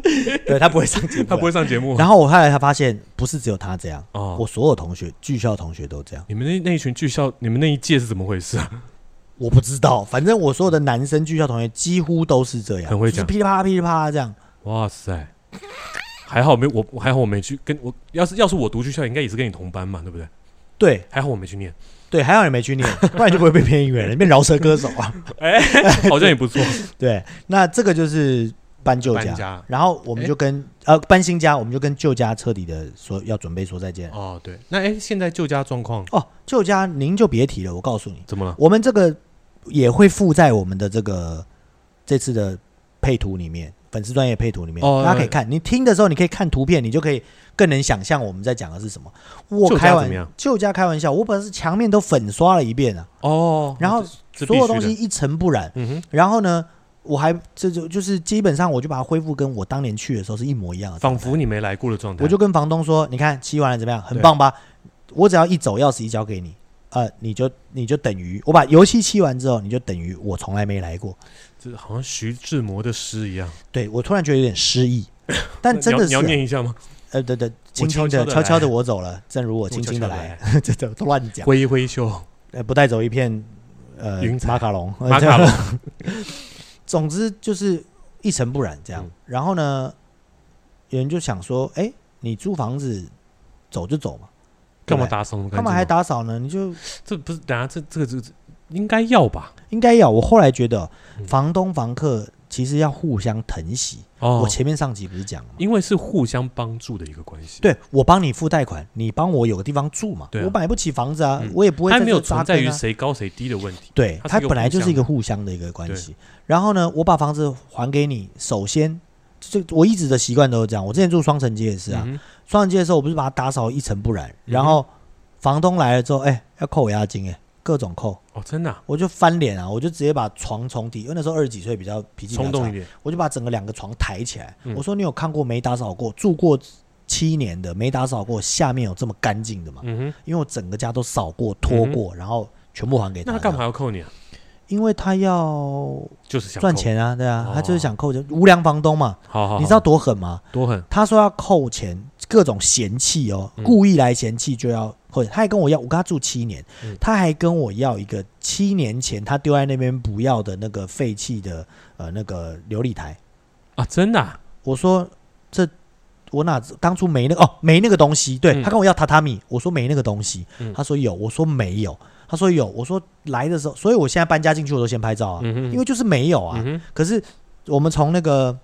B: 对他不会上节目，
A: *laughs* 他不会。上节目。啊
B: 然后我后来才发现，不是只有他这样，
A: 哦，
B: 我所有同学、剧校同学都这样。
A: 你们那那一群剧校，你们那一届是怎么回事啊？ *laughs*
B: 我不知道，反正我所有的男生剧校同学几乎都是这样，
A: 很会
B: 就是
A: 讲
B: 噼里啪啦、噼里啪啦这样。
A: 哇塞！还好没我，我还好我没去跟我，要是要是我读剧校，应该也是跟你同班嘛，对不对？
B: 对，
A: 还好我没去
B: *laughs*
A: 念，
B: 对，还好你没去
A: *laughs*
B: 念，不然就不会被配音员了，你变饶舌歌手啊。
A: 好像也不错。
B: 对，那这个就是搬旧家，
A: 搬家
B: 然后我们就跟、呃搬新家，我们就跟旧家彻底的说要准备说再见。
A: 哦，对，那哎，现在旧家状况
B: 哦，旧家您就别提了，我告诉你，
A: 怎么了？
B: 我们这个也会附在我们的这个这次的配图里面。粉丝专业配图里面，
A: 哦
B: 大家可以看。你听的时候，你可以看图片，你就可以更能想象我们在讲的是什么。我
A: 旧家
B: 开
A: 怎么
B: 玩
A: 样
B: 旧家开玩笑，我本来是墙面都粉刷了一遍啊，
A: 哦，
B: 然后
A: 这
B: 所有东，
A: 这
B: 西
A: 必须的
B: 一尘不染，
A: 嗯哼，
B: 然后呢，我还这就就是基本上我就把它恢复跟我当年去的时候是一模一样的状
A: 仿
B: 态。
A: 佛你没来过的状态。
B: 我就跟房东说，你看漆完了怎么样？很
A: 对
B: 棒吧？我只要一走钥匙一交给你，呃，你就你就等于我把油漆漆完之后，你就等于我从来没来过。
A: 这好像徐志摩的诗一样，
B: 对我突然觉得有点
A: *laughs*
B: 失忆，但
A: 那
B: 真
A: 你
B: 的
A: 要
B: 是
A: 你要念一下吗？
B: 呃，对对，轻轻
A: 悄悄
B: 的
A: 地
B: 悄悄的
A: 来
B: 我走了，正如我轻轻的
A: 悄悄地
B: 来， *laughs* 这这都乱讲，
A: 挥一挥袖，
B: 呃，不带走一片呃
A: 云彩
B: 马卡龙，
A: 马卡龙，
B: 总之就是一尘不染这样。
A: 嗯
B: 然后呢，有人就想说，哎、你租房子走就走嘛，
A: 干嘛
B: 对不对
A: 打扫那么干净吗？
B: 干嘛还打扫呢？你就
A: 这不是？等下这这个这个应该要吧？
B: 应该要。我后来觉得，
A: 嗯
B: 房东房客其实要互相疼惜。
A: 哦
B: 我，前面上集不是讲了吗？
A: 因为是互相帮助的一个关系。
B: 对我帮你付贷款，你帮我有个地方住嘛。
A: 对啊
B: 我买不起房子啊，
A: 嗯
B: 我也不会在
A: 它
B: 这
A: 没有
B: 扎
A: 存在
B: 根
A: 于
B: 啊
A: 谁高谁低的问题。
B: 对，
A: 它
B: 它
A: 是一个
B: 本来
A: 互
B: 就是
A: 相
B: 一个互相的一个关
A: 对
B: 系。然后呢，我把房子还给你，首先，这我一直的习惯都是这样。我之前住双城街也是啊，
A: 嗯哼
B: 双城街的时候，我不是把它打扫一尘不染，
A: 嗯哼
B: 然后房东来了之后，哎、要扣我押金、哎，各种扣，
A: 哦，真的啊
B: 我就翻脸啊，我就直接把床从底，因为那时候二十几岁比较脾气比较
A: 冲动
B: 差
A: 一点，
B: 我就把整个两个床抬起来，
A: 嗯
B: 我说你有看过没打扫过住过七年的没打扫过下面有这么干净的吗？
A: 嗯哼，
B: 因为我整个家都扫过拖
A: 嗯哼
B: 过，然后全部还给他。
A: 那他干嘛？要扣你啊？
B: 因为他要
A: 就是想
B: 赚
A: 扣，
B: 钱啊，对啊
A: 哦，
B: 他就是想扣钱，无良房东嘛，
A: 好好好，
B: 你知道多狠吗？
A: 多狠，
B: 他说要扣钱，各种嫌弃哦，
A: 嗯
B: 故意来嫌弃就要扣钱。他还跟我要，我跟他住七年
A: 嗯，
B: 他还跟我要一个七年前他丢在那边不要的那个废弃的呃那个琉璃台。
A: 啊，真的啊
B: 我说这我哪知当初没那个哦没那个东西，对
A: 嗯
B: 他跟我要榻榻米，我说没那个东西
A: 嗯，
B: 他说有，我说没有，他说有，我说来的时候，所以我现在搬家进去我都先拍照啊，
A: 嗯哼，
B: 因为就是没有啊
A: 嗯。哼，
B: 可是我们从那个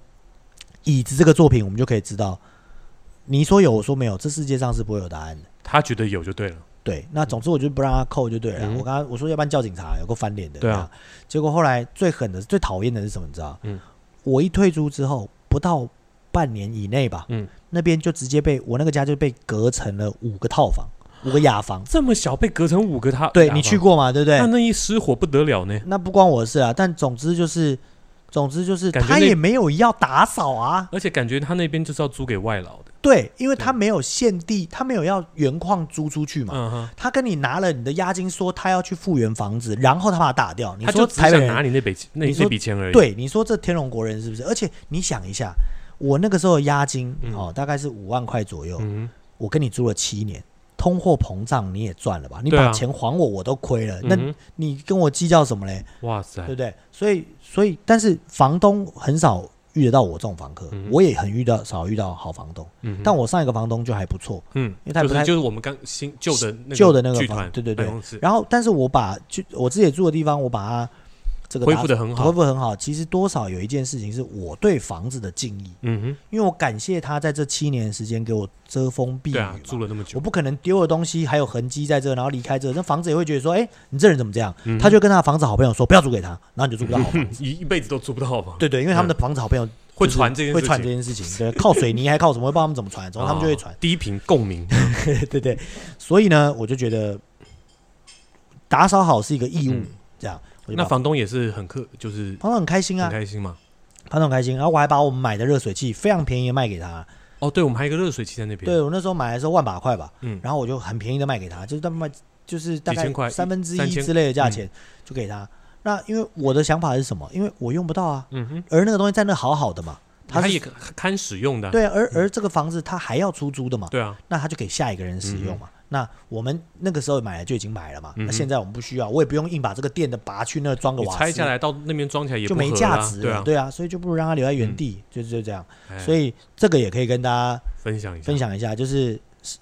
B: 椅子这个作品，我们就可以知道，你说有，我说没有，这世界上是不会有答案的。
A: 他觉得有就对了，
B: 对，那总之我就不让他扣就对了啊。
A: 嗯
B: 我刚刚我说要不然叫警察，有个翻脸的。
A: 对啊，
B: 结果后来最狠的、最讨厌的是什么？你知道？
A: 嗯，
B: 我一退租之后，不到半年以内吧，
A: 嗯，
B: 那边就直接被我那个家就被隔成了五个套房，五个雅房。
A: 这么小被隔成五个他，
B: 对
A: 啊雅
B: 你
A: 房嗯
B: 去，过嘛？对不对
A: 那？那一失火不得了呢。
B: 那不关我的事啊，但总之就是，总之就是
A: 感觉
B: 他
A: 那
B: 也没有要打扫啊，
A: 而且感觉他那边就是要租给外劳的，
B: 对，因为
A: 对
B: 他没有限地，他没有要原矿租出去嘛。
A: 嗯哼，
B: 他跟你拿了你的押金，说他要去复原房子，然后他把它打掉。你
A: 他
B: 说
A: 就只
B: 台北
A: 想
B: 人
A: 拿你那笔钱那
B: 你说
A: 那笔钱而已。，
B: 对，你说这天龙国人是不是？而且你想一下，我那个时候的押金、哦，大概是五万块左右，
A: 嗯，
B: 我跟你租了七年，通货膨胀你也赚了吧？你
A: 对啊
B: 把钱还我，我都亏了，
A: 嗯
B: 那
A: 哼嗯
B: 你跟我计较什么嘞？
A: 哇塞
B: 对，不对？所以，所以，但是房东很少遇得到我这种房客，
A: 嗯
B: 我也很遇到少遇到好房东。
A: 嗯哼，
B: 但我上一个房东就还不错，
A: 嗯，
B: 因为他不
A: 就是
B: 太
A: 就是我们刚新旧的那个
B: 旧的那个
A: 剧
B: 房
A: 团，
B: 对对对
A: 办公室
B: 然后，但是我把就我自己住的地方，我把它这个
A: 恢
B: 打
A: 复的很
B: 恢
A: 好。
B: 复得很好。其实多少有一件事情是我对房子的敬意，
A: 嗯
B: 因为我感谢他在这七年的时间给我遮风避
A: 哼，对
B: 雨嘛
A: 啊，住了那么
B: 我
A: 久，
B: 不可能丢的东西还有痕迹在这，然后离开这，那房子也会觉得说，哎、你这人怎么这样？
A: 嗯
B: 他就跟他的房子好朋友说，不要租给他，然后你就租不到好
A: *laughs*
B: 房子。
A: 一一辈子都租不到嘛，
B: 对对，因为他们的房子好朋友
A: 会
B: 就是
A: 传这件
B: 会
A: 事
B: 传这
A: 情，
B: 件事情，对，靠水泥还靠什么，会帮他们怎么传，然后他们就会传
A: 哦，低频共鸣，
B: 对对对。所以呢，我就觉得打扫好是一个义务，
A: 嗯
B: 这样。我就把
A: 那房东也是很客，就是
B: 房东很开心
A: 很
B: 啊，
A: 开心嘛。
B: 房东很开心，然后我还把我们买的热水器非常便宜的卖给他，
A: 哦，对，我们还有一个热水器在那边，
B: 对我那时候买的时候万把块吧，
A: 嗯
B: 然后我就很便宜的卖给他，就是他卖就是大
A: 几千
B: 概
A: 块
B: 三分之一
A: 三千嗯
B: 之类的价钱就给他。那因为我的想法是什么？因为我用不到啊，
A: 嗯哼，
B: 而那个东西在那好好的嘛，
A: 他
B: 是
A: 也堪堪使用的啊，
B: 对啊，而而这个房子他还要出租的嘛，
A: 对啊，
B: 那他就给下一个人使用嘛。那我们那个时候买了就已经买了嘛，
A: 嗯
B: 那
A: 哼
B: 现在我们不需要，我也不用硬把这个电的拔去那儿装个
A: 你
B: 瓦斯，
A: 拆下来到那边装起来也
B: 就
A: 不
B: 没
A: 合
B: 价
A: 啦
B: 值
A: 对
B: 了，
A: 啊，嗯哎
B: 对啊，所以就不如让它留在原地，就就这样。所
A: 以
B: 以这个也可以跟大家
A: 分享一下，
B: 分享一下，就是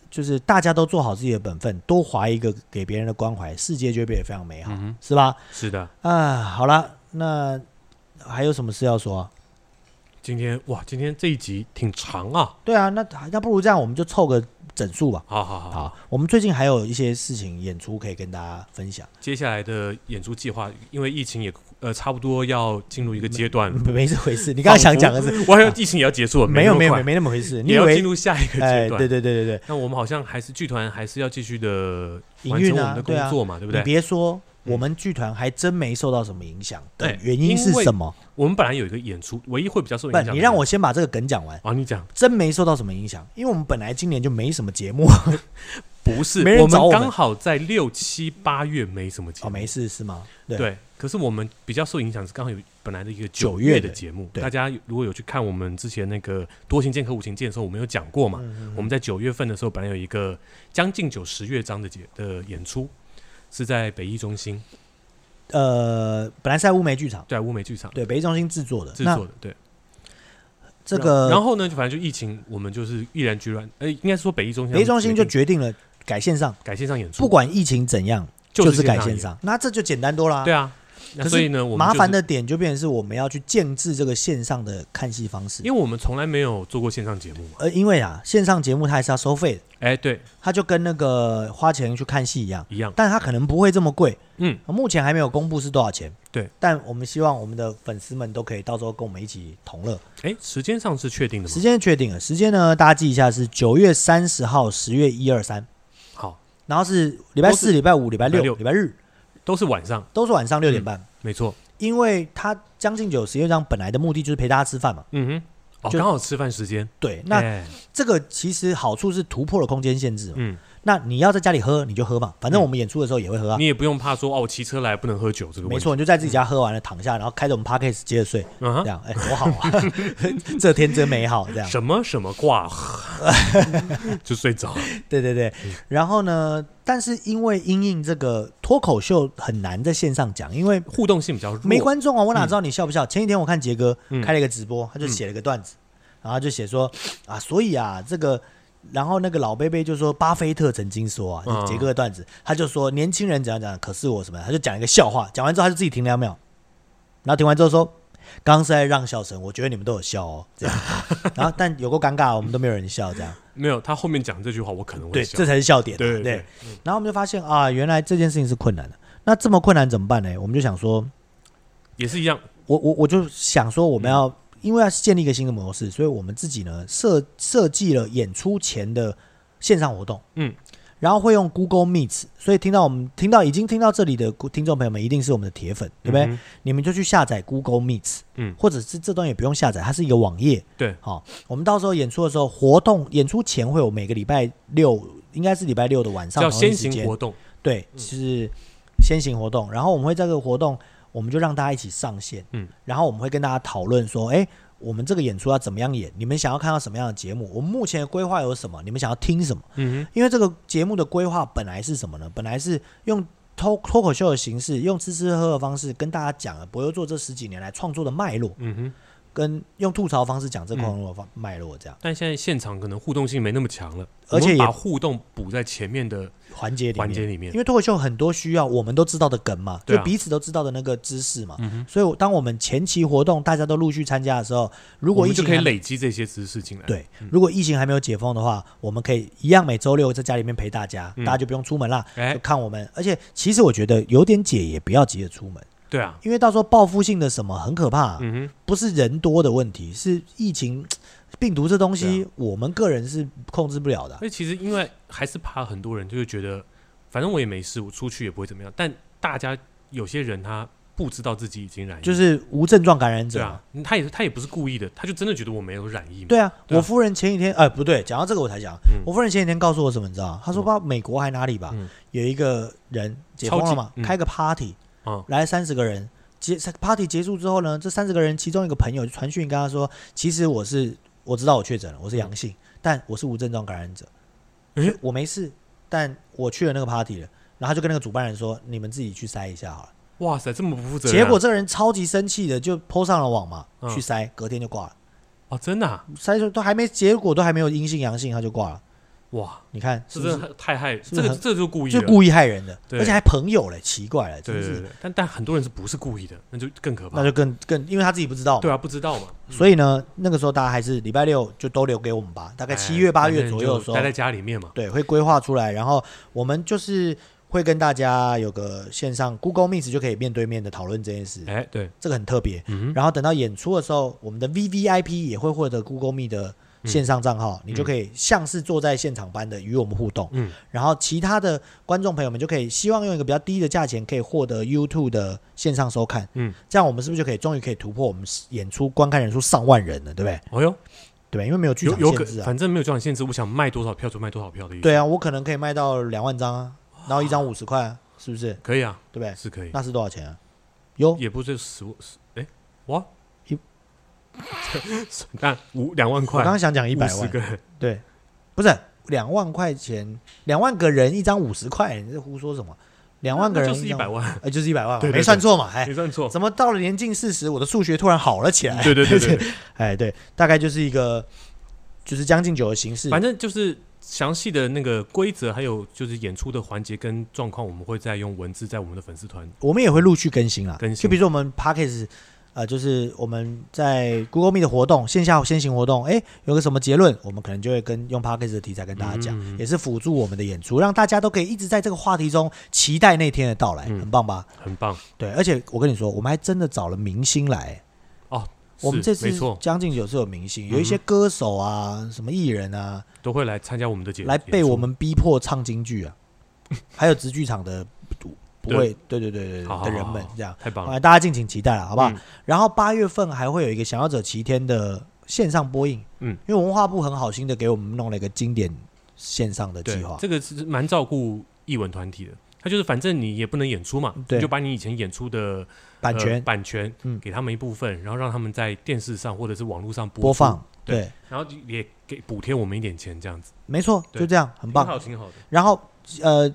B: 就是大家都做好自己的本分，多划一个给别人的关怀，世界就会变得非常美好，
A: 嗯
B: 是吧
A: 哼，？是的，
B: 啊，好了，那还有什么事要说、啊？
A: 今天哇，今天这一集挺长啊，
B: 对啊，那要不如这样，我们就凑个整数吧。
A: 好好好，
B: 好，我们最近还有一些事情演出可以跟大家分享，
A: 接下来的演出计划，因为疫情也呃差不多要进入一个阶段了，
B: *laughs* 没没这回事。嗯你刚刚想讲的是，
A: 我还有疫情也要结束了，
B: 没有没有没
A: 有，
B: 没那么回事。你
A: 也
B: 以
A: 要进
B: 为
A: 入下一个
B: 哎，
A: 阶
B: 对
A: 段，
B: 对对对对，
A: 那我们好像还是剧团，还是要继续的
B: 营
A: 完成
B: 运
A: 我
B: 啊
A: 们的，
B: 对
A: 工
B: 啊，
A: 作嘛，对不
B: 你
A: 对？
B: 别说，
A: 嗯
B: 我们剧团还真没受到什么影响的
A: 对
B: 原因是
A: 因为
B: 什么？
A: 我们本来有一个演出，唯一会比较受影
B: 不
A: 响，的
B: 你让
A: 人
B: 我先把这个梗讲完。
A: 啊，你讲
B: 真没受到什么影响，因为我们本来今年就没什么
A: *laughs*
B: 节目
A: 不是
B: 没人找
A: 们
B: 我们
A: 刚好在六七八月没什么节目，
B: 哦，没事是吗？对
A: 对，可是我们比较受影响是刚好有本来的一个
B: 九月
A: 月
B: 的
A: 的节目，
B: 对
A: 大家如果有去看我们之前那个多行健和五行健的时候，我们有讲过嘛，
B: 嗯
A: 我们在九月份的时候本来有一个将近九十乐章的节的演出。是在北艺中心，
B: 呃，本来是在乌梅剧场，
A: 对啊，乌梅剧场
B: 对，北艺中心制作的。
A: 制
B: 那
A: 作的，对。
B: 这
A: 然
B: 个
A: 后呢，就反正就疫情，我们就是毅然决然，呃，应该是说北艺中心，
B: 北艺中心就
A: 决
B: 决定了改线上，
A: 改线上演出，
B: 不管疫情怎样，
A: 就是
B: 改
A: 上
B: 线
A: 演，
B: 上。那这就简单多啦。
A: 对啊。那
B: 可是
A: 所以呢，我们
B: 麻
A: 就是
B: 烦的点就变成是我们要去建制这个线上的看戏方式。
A: 因为我们从来没有做过线上节目嘛。
B: 呃，因为啊，线上节目它还是要收费的，
A: 哎，对，
B: 它就跟那个花钱去看戏一样，
A: 一样，
B: 但它可能不会这么贵。呃
A: 嗯，
B: 目前还没有公布是多少钱。
A: 对，
B: 但我们希望我们的粉丝们都可以到时候跟我们一起同乐。
A: 哎，时间上是确定的
B: 时
A: 吗？
B: 间确定了，时间呢，大家记一下是九月三十号、十月一二三，
A: 好，
B: 然后是礼拜
A: 都
B: 四、礼拜五、礼拜
A: 礼拜
B: 六、
A: 六嗯
B: 礼拜日，
A: 都是晚上，
B: 都是晚上六点半。
A: 没错。
B: 因为他将近九十，因为这样本来的目的就是陪大家吃饭嘛。
A: 嗯哼，哦，
B: 就
A: 刚好吃饭时间。
B: 对，那
A: 哎
B: 这个其实好处是突破了空间限制嘛。
A: 嗯，
B: 那你要在家里喝，你就喝嘛，反正
A: 嗯
B: 我们演出的时候也会喝啊。
A: 你也不用怕说哦，我骑车来不能喝酒这个问
B: 没
A: 题。
B: 错，你就在自己家喝完了，躺下，然后开着我们 podcast 接着睡，
A: 嗯
B: 这
A: 哼，
B: 样，哎，多好啊！ *laughs* 这天真美好，这样。
A: 什么什么挂， *laughs* 就睡着。
B: *laughs* 对对对，
A: 嗯
B: 然后呢？但是因为因应这个脱口秀很难在线上讲，因为
A: 互动性比较弱。
B: 没观众啊，我哪知道你笑不笑？前几天我看杰哥
A: 嗯
B: 开了一个直播，他就写了个段子，然后他就写说啊，所以啊，这个，然后那个老贝贝就说，巴菲特曾经说啊，就是
A: 嗯
B: 杰哥的段子，他就说年轻人怎样怎样，可是我什么的，他就讲一个笑话，讲完之后他就自己停两秒，然后停完之后说。刚刚是在让笑声，我觉得你们都有笑哦，
A: *laughs*
B: 这样，然后但有够尴尬，我们都没有人笑，这样，
A: 没有，他后面讲这句话，我可能会
B: 对，
A: 笑
B: 这。才是笑点啊、
A: 对
B: 对，然后我们就发现啊，原来这件事情是困难的。那这么困难怎么办呢？我们就想说，
A: 也是一样。
B: 我我我就想说，我们
A: 嗯
B: 要、因为要建立一个新的模式，所以我们自己呢设设计了演出前的线上活动，
A: 嗯，
B: 然后会用 Google Meet，所以听到我们听到已经听到这里的听众朋友们，一定是我们的铁粉，对不对？
A: 嗯哼
B: 你们就去下载 Google Meet，
A: 嗯
B: 或者是这段也不用下载，它是一个网页。
A: 对，
B: 好、我们到时候演出的时候，活动演出前会有每个礼拜六，应该是礼拜六的晚上
A: 叫
B: 同一
A: 先
B: 时间
A: 行活动，
B: 对，是先行活动，然后我们会在这个活动，我们就让大家一起上线，
A: 嗯，
B: 然后我们会跟大家讨论说，哎，我们这个演出要怎么样演？你们想要看到什么样的节目？我们目前的规划有什么？你们想要听什么？
A: 嗯
B: 因为这个节目的规划本来是什么呢？本来是用脱脱口秀的形式，用吃吃喝喝的方式跟大家讲博优做这十几年来创作的脉络
A: 哼，，嗯哼。
B: 跟用吐槽的方式讲这个创作方脉络，这样
A: 但现在现场可能互动性没那么强了，
B: 而且
A: 我们
B: 也
A: 把互动补在前面的
B: 环节里面
A: 环节里面
B: 因。为脱口秀很多需要我们都知道的梗嘛，
A: 对啊
B: 就彼此都知道的那个知识嘛，
A: 嗯哼
B: 所以我当我们前期活动大家都陆续参加的时候，如
A: 我
B: 果疫
A: 们就
B: 情
A: 可以
B: 还没
A: 累嗯积这些知识进来。，
B: 对，如果疫情还没有解封的话，我们可以一样每周六在家里面陪大家，
A: 嗯
B: 大家就不用出门啦，
A: 哎
B: 就看我们。而且其实我觉得有点解也不要急着出门，
A: 对啊，
B: 因为到时候报复性的什么很可怕啊、
A: 嗯哼，
B: 不是人多的问题，是疫情病毒这东
A: 啊
B: 西、我们个人是控制不了的啊。
A: 而且其实因为还是怕很多人就是觉得，反正我也没事，我出去也不会怎么样。但大家有些人他不知道自己已经染疫，
B: 就是无症状感染者
A: 对
B: 嘛，
A: 啊，他也他也不是故意的，他就真的觉得我没有染疫嘛。
B: 对啊，
A: 对啊
B: 我夫人前几天，哎、不对，讲到这个我才讲，
A: 嗯
B: 我夫人前几天告诉我什么，你知道吗？她说，不知道美国还哪里吧，
A: 嗯
B: 有一个人解封了嘛
A: 超，级嗯
B: 开个 party，、
A: 嗯
B: 来三十个人，结 party 结束之后呢，这三十个人其中一个朋友就传讯跟他说，其实我是我知道我确诊了，我是阳性，但我是无症状感染者，
A: 嗯诶
B: 所以我没事，但我去了那个 party 了。然后他就跟那个主办人说：“你们自己去筛一下好了。
A: 哇塞，这么不负”责任啊、
B: 结果这个人超级生气的，就泼上了网嘛，
A: 嗯
B: 去筛，隔天就挂了。
A: 哦，真的、啊、
B: 筛出都还没结果，都还没有阴性阳性，他就挂了。
A: 哇，
B: 你看是
A: 是
B: 不
A: 真
B: 是？
A: 的太害，
B: 是不
A: 这
B: 是
A: 个这就故意
B: 就
A: 的。
B: 故意害人的，
A: 对
B: 而且还朋友嘞，奇怪了，是
A: 对
B: 不
A: 对对
B: 是？
A: 对，但但很多人是不是故意的，那就更可怕
B: 那。就更更，因为他自己不知道嘛。
A: 对啊，不知道嘛，
B: 所以呢，那个时候大家还是礼拜六就都留给我们吧，大
A: 大
B: 概七月八月左右的时候
A: 待，在家里面嘛。
B: 对，会规划出来，然后我们就是会跟大家有个线上 Google Meet 就可以面对面的讨论这件事，
A: 哎，对，
B: 这个很特别。
A: 嗯哼，
B: 然后等到演出的时候，我们的 VVIP 也会获得 Google Meet 的
A: 嗯
B: 线上账号，你就可以像是坐在现场般的与我们互动。
A: 嗯，
B: 然后其他的观众朋友们就可以希望用一个比较低的价钱可以获得 YouTube 的线上收看，
A: 嗯，
B: 这样我们是不是就可以终于可以突破我们演出观看人数上万人了，对不对？
A: 哦哟，
B: 对吧，因为没有剧
A: 有
B: 场
A: 有可
B: 限制，啊。
A: 反正没有剧场限制，我想卖多少票就卖多少票的意思。
B: 对啊，我可能可以卖到两万张啊，然后一张五十块啊，是不是？
A: 可以啊，
B: 对不对？
A: 是可以，
B: 那是多少钱啊？哟，
A: 也不是十五十，哎，哇 *laughs*
B: 一，
A: 那五两万
B: 我
A: 块
B: 刚，刚想讲一百
A: 50
B: 万，
A: 个人，
B: 对，不是两万块钱，两万个人一张五十块，你在胡说什么？两万个人
A: 那就是一
B: 张
A: 百，万，
B: 哎，就是一百万嘛，
A: 对对
B: 没算错嘛，
A: *laughs*
B: 哎
A: 没，算错。
B: 怎么到了年近四十，我的数学突然好了起来？
A: 对对对对，对
B: *laughs* 哎，对，大概就是一个就是将进酒的形式。
A: 反正就是详细的那个规则，还有就是演出的环节跟状况，我们会再用文字在我们的粉丝团。
B: 我们也会陆续更新啦，
A: 更新
B: 就比如说我们 p a c k a g e 呃，就是我们在 Google Meet 的活动，线下先行活动，哎，有个什么结论，我们可能就会跟用 p a c k a g e 的题材跟大家讲，
A: 嗯嗯嗯
B: 也是辅助我们的演出，让大家都可以一直在这个话题中期待那天的到来，
A: 嗯
B: 很棒吧？
A: 很棒
B: 对，而且我跟你说，我们还真的找了明星来。
A: 哦。
B: 我们
A: 是
B: 这次
A: 没错嗯
B: 将近有是有明星，有一些歌手啊、什么艺人啊，
A: 都会来参加我们的节目，
B: 来被
A: 演出
B: 我们逼迫唱京
A: *laughs*
B: 剧啊，还有直剧场的不不会，对对对对
A: 好好
B: 对的人们
A: 好好
B: 这样，
A: 太
B: *laughs*
A: 棒了，
B: 啊，大家敬请期待了，好不好
A: 嗯？
B: 然后八月份还会有一个《想要者齐天》的线上播映，
A: 嗯，
B: 因为文化部很好心的给我们弄了一个经典线上的计
A: 对
B: 划，，
A: 这个是蛮照顾艺文团体的。他就是反正你也不能演出嘛，
B: 对
A: 你就把你以前演出的
B: 版
A: 呃
B: 权
A: 版权，
B: 嗯
A: 给他们一部分，然后让他们在电视上或者是网络上播出
B: 播放，
A: 对
B: 对，
A: 然后也给补贴我们一点钱，这样子
B: 没错，
A: 对
B: 就这样，很
A: 挺
B: 棒。
A: 好，挺好的。
B: 然后呃，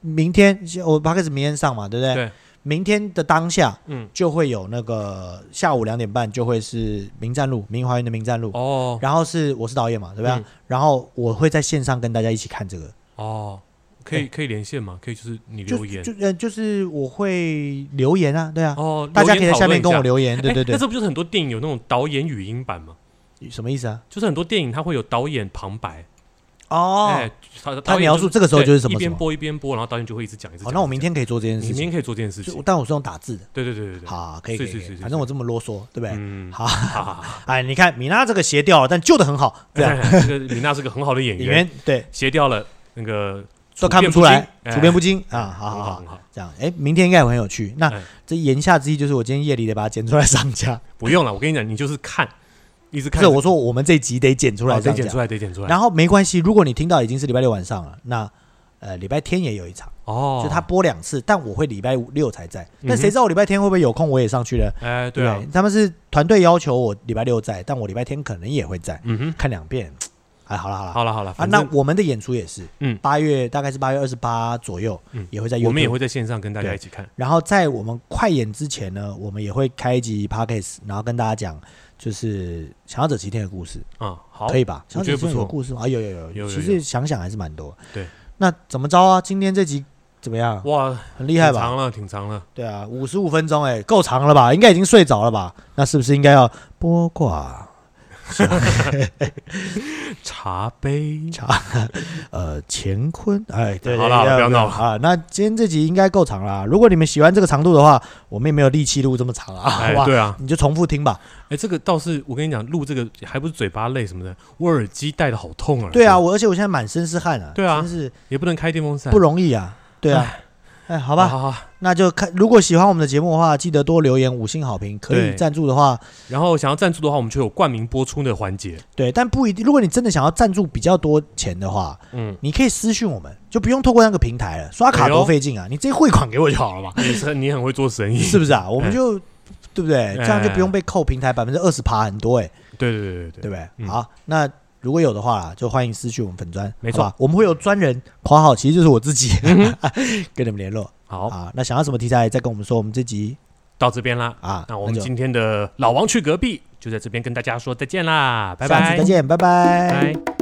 B: 明天我八开始明天上嘛，对不对？
A: 对，
B: 明天的当下
A: 嗯，
B: 就会有那个下午两点半就会是民站路，明华园的民站路。
A: 哦
B: 然后是我是导演嘛，对吧？
A: 嗯
B: 然后我会在线上跟大家一起看这个，
A: 哦，可以可以连线吗？可以就是你
B: 就
A: 留言
B: 就呃就是我会留言啊，对啊，
A: 哦，
B: 大家可
A: 留
B: 以
A: 言
B: 在下面
A: 讨
B: 跟我
A: 论一下。
B: 留言，对对
A: 哎
B: 对
A: 那，这不就是很多电影有那种导演语音版吗？ *laughs*
B: 什么意思啊？
A: 就是很多电影它会有导演旁白，
B: 哦，
A: 哎，导导
B: 他
A: 演
B: 描述这个时候
A: 对
B: 就是什
A: 一
B: 么什
A: 边
B: 么
A: 播一边播，然后导演就会一直讲一直
B: 好，
A: 讲。
B: 哦那我
A: 一直
B: 明
A: 讲
B: 天可以做这件
A: 你
B: 事
A: 明
B: 情
A: 天，可以做这件事
B: 就
A: 情。
B: 但我是用打字的，
A: 对对对对对，
B: 好，可以可以
A: 是是
B: 可以
A: 是，是
B: 反正我这么啰嗦，对不对？ *laughs*
A: 嗯，
B: 好
A: 好好好，
B: 哎，你看米娜这个斜掉了，但救的很好，对啊，
A: 哎这个米娜是个很好的演
B: 演
A: 员，
B: 员对
A: 斜掉了，那个
B: 都
A: 处
B: 看
A: 变
B: 出来，
A: 惊
B: 处变不
A: 哎
B: 惊啊！好好
A: 很
B: 好
A: 很，好，
B: 这样哎，明天应该也很有趣。那
A: 哎
B: 这言下之意就是我今天夜里得把它剪出来上架。
A: 不用了，我跟你讲，你就是看，一直
B: 不
A: *laughs* 看
B: 是，
A: 着，
B: 我说我们这集得剪出来
A: 哦
B: 上
A: 得
B: 架
A: 剪。出来，得剪出来，
B: 然后没关系，如果你听到已经是礼拜六晚上了，那呃礼拜天也有一场，
A: 哦，
B: 就他播两次，但我会礼拜五六才在。
A: 嗯
B: 但
A: 哼
B: 谁知道我礼拜天会不会有空？我也上去了。
A: 哎，
B: 对
A: 对啊
B: 不，对他们是团队要求我礼拜六在，但我礼拜天可能也会在，
A: 嗯哼，
B: 看两遍。哎，好了好了，
A: 好了好了，
B: 啊，
A: 反
B: 那
A: 正
B: 我们的演出也是，
A: 嗯
B: 八月大概是八月二十八左右，
A: 嗯
B: 也会在 YouTube,
A: 我们也会在线上跟大家
B: 对
A: 一起看，
B: 然后在我们快演之前呢，我们也会开一集 podcast，然后跟大家讲就是《想要者齐天》的故事，
A: 啊，好，
B: 可以吧？
A: 我
B: 想要
A: 觉
B: 者
A: 得
B: 齐天
A: 不错
B: 有故事吗？啊，有有有
A: 有有
B: 其实想想还是蛮多。
A: 对，
B: 那怎么着啊？今天这集怎么样？
A: 哇，
B: 很厉害
A: 挺
B: 吧？
A: 长了，挺长了，
B: 对啊，五十五分钟，哎，够长了吧？应该已经睡着了吧？那是不是应该要播挂？
A: 茶杯，
B: 呃，乾坤，哎，对，
A: 好啦
B: 对
A: 不要闹了
B: 啊。那今天这集应该够长啦。如果你们喜欢这个长度的话，我们也没有力气录这么长啊，
A: 哎
B: 好，吧？
A: 对啊，
B: 你就重复听吧。
A: 哎，这个倒是我跟你讲，录这个还不是嘴巴累什么的，我耳机戴的好痛啊，
B: 对啊，，我而且我现在满身是汗啊，
A: 对啊
B: 真是
A: 也不能开电风扇，
B: 不容易啊。对啊，哎，好
A: 好
B: 吧，
A: 好好，
B: 那就看。如果喜欢我们的节目的话，记得多留言五星好评。可以
A: 对
B: 赞助的话，
A: 然后想要赞助的话，我们就有冠名播出的环节，
B: 对，但不一定。如果你真的想要赞助比较多钱的话，
A: 嗯，
B: 你可以私讯我们，就不用透过那个平台了。刷卡
A: 哎呦
B: 多费劲啊，你直接汇款给我就好了嘛，
A: 你是你很会做生意，
B: 是不是啊？我们就对不
A: 哎
B: 对？这样就不用被扣平台百分之二十趴，很多哎、
A: 对对对对
B: 对
A: 对，
B: 不对？
A: 嗯
B: 好，那如果有的话啦，就欢迎私讯我们粉砖，
A: 没嗯
B: 好吧，我们会有专人（括号其实就是我自己） *laughs* 跟你们联络
A: 好，
B: 啊。那想要什么题材再跟我们说，我们这集
A: 到这边啦，
B: 啊，
A: 那我们
B: 就
A: 今天的老王去隔壁就在这边跟大家说再见啦，拜
B: 下
A: 拜，
B: 次再见，拜拜
A: 拜。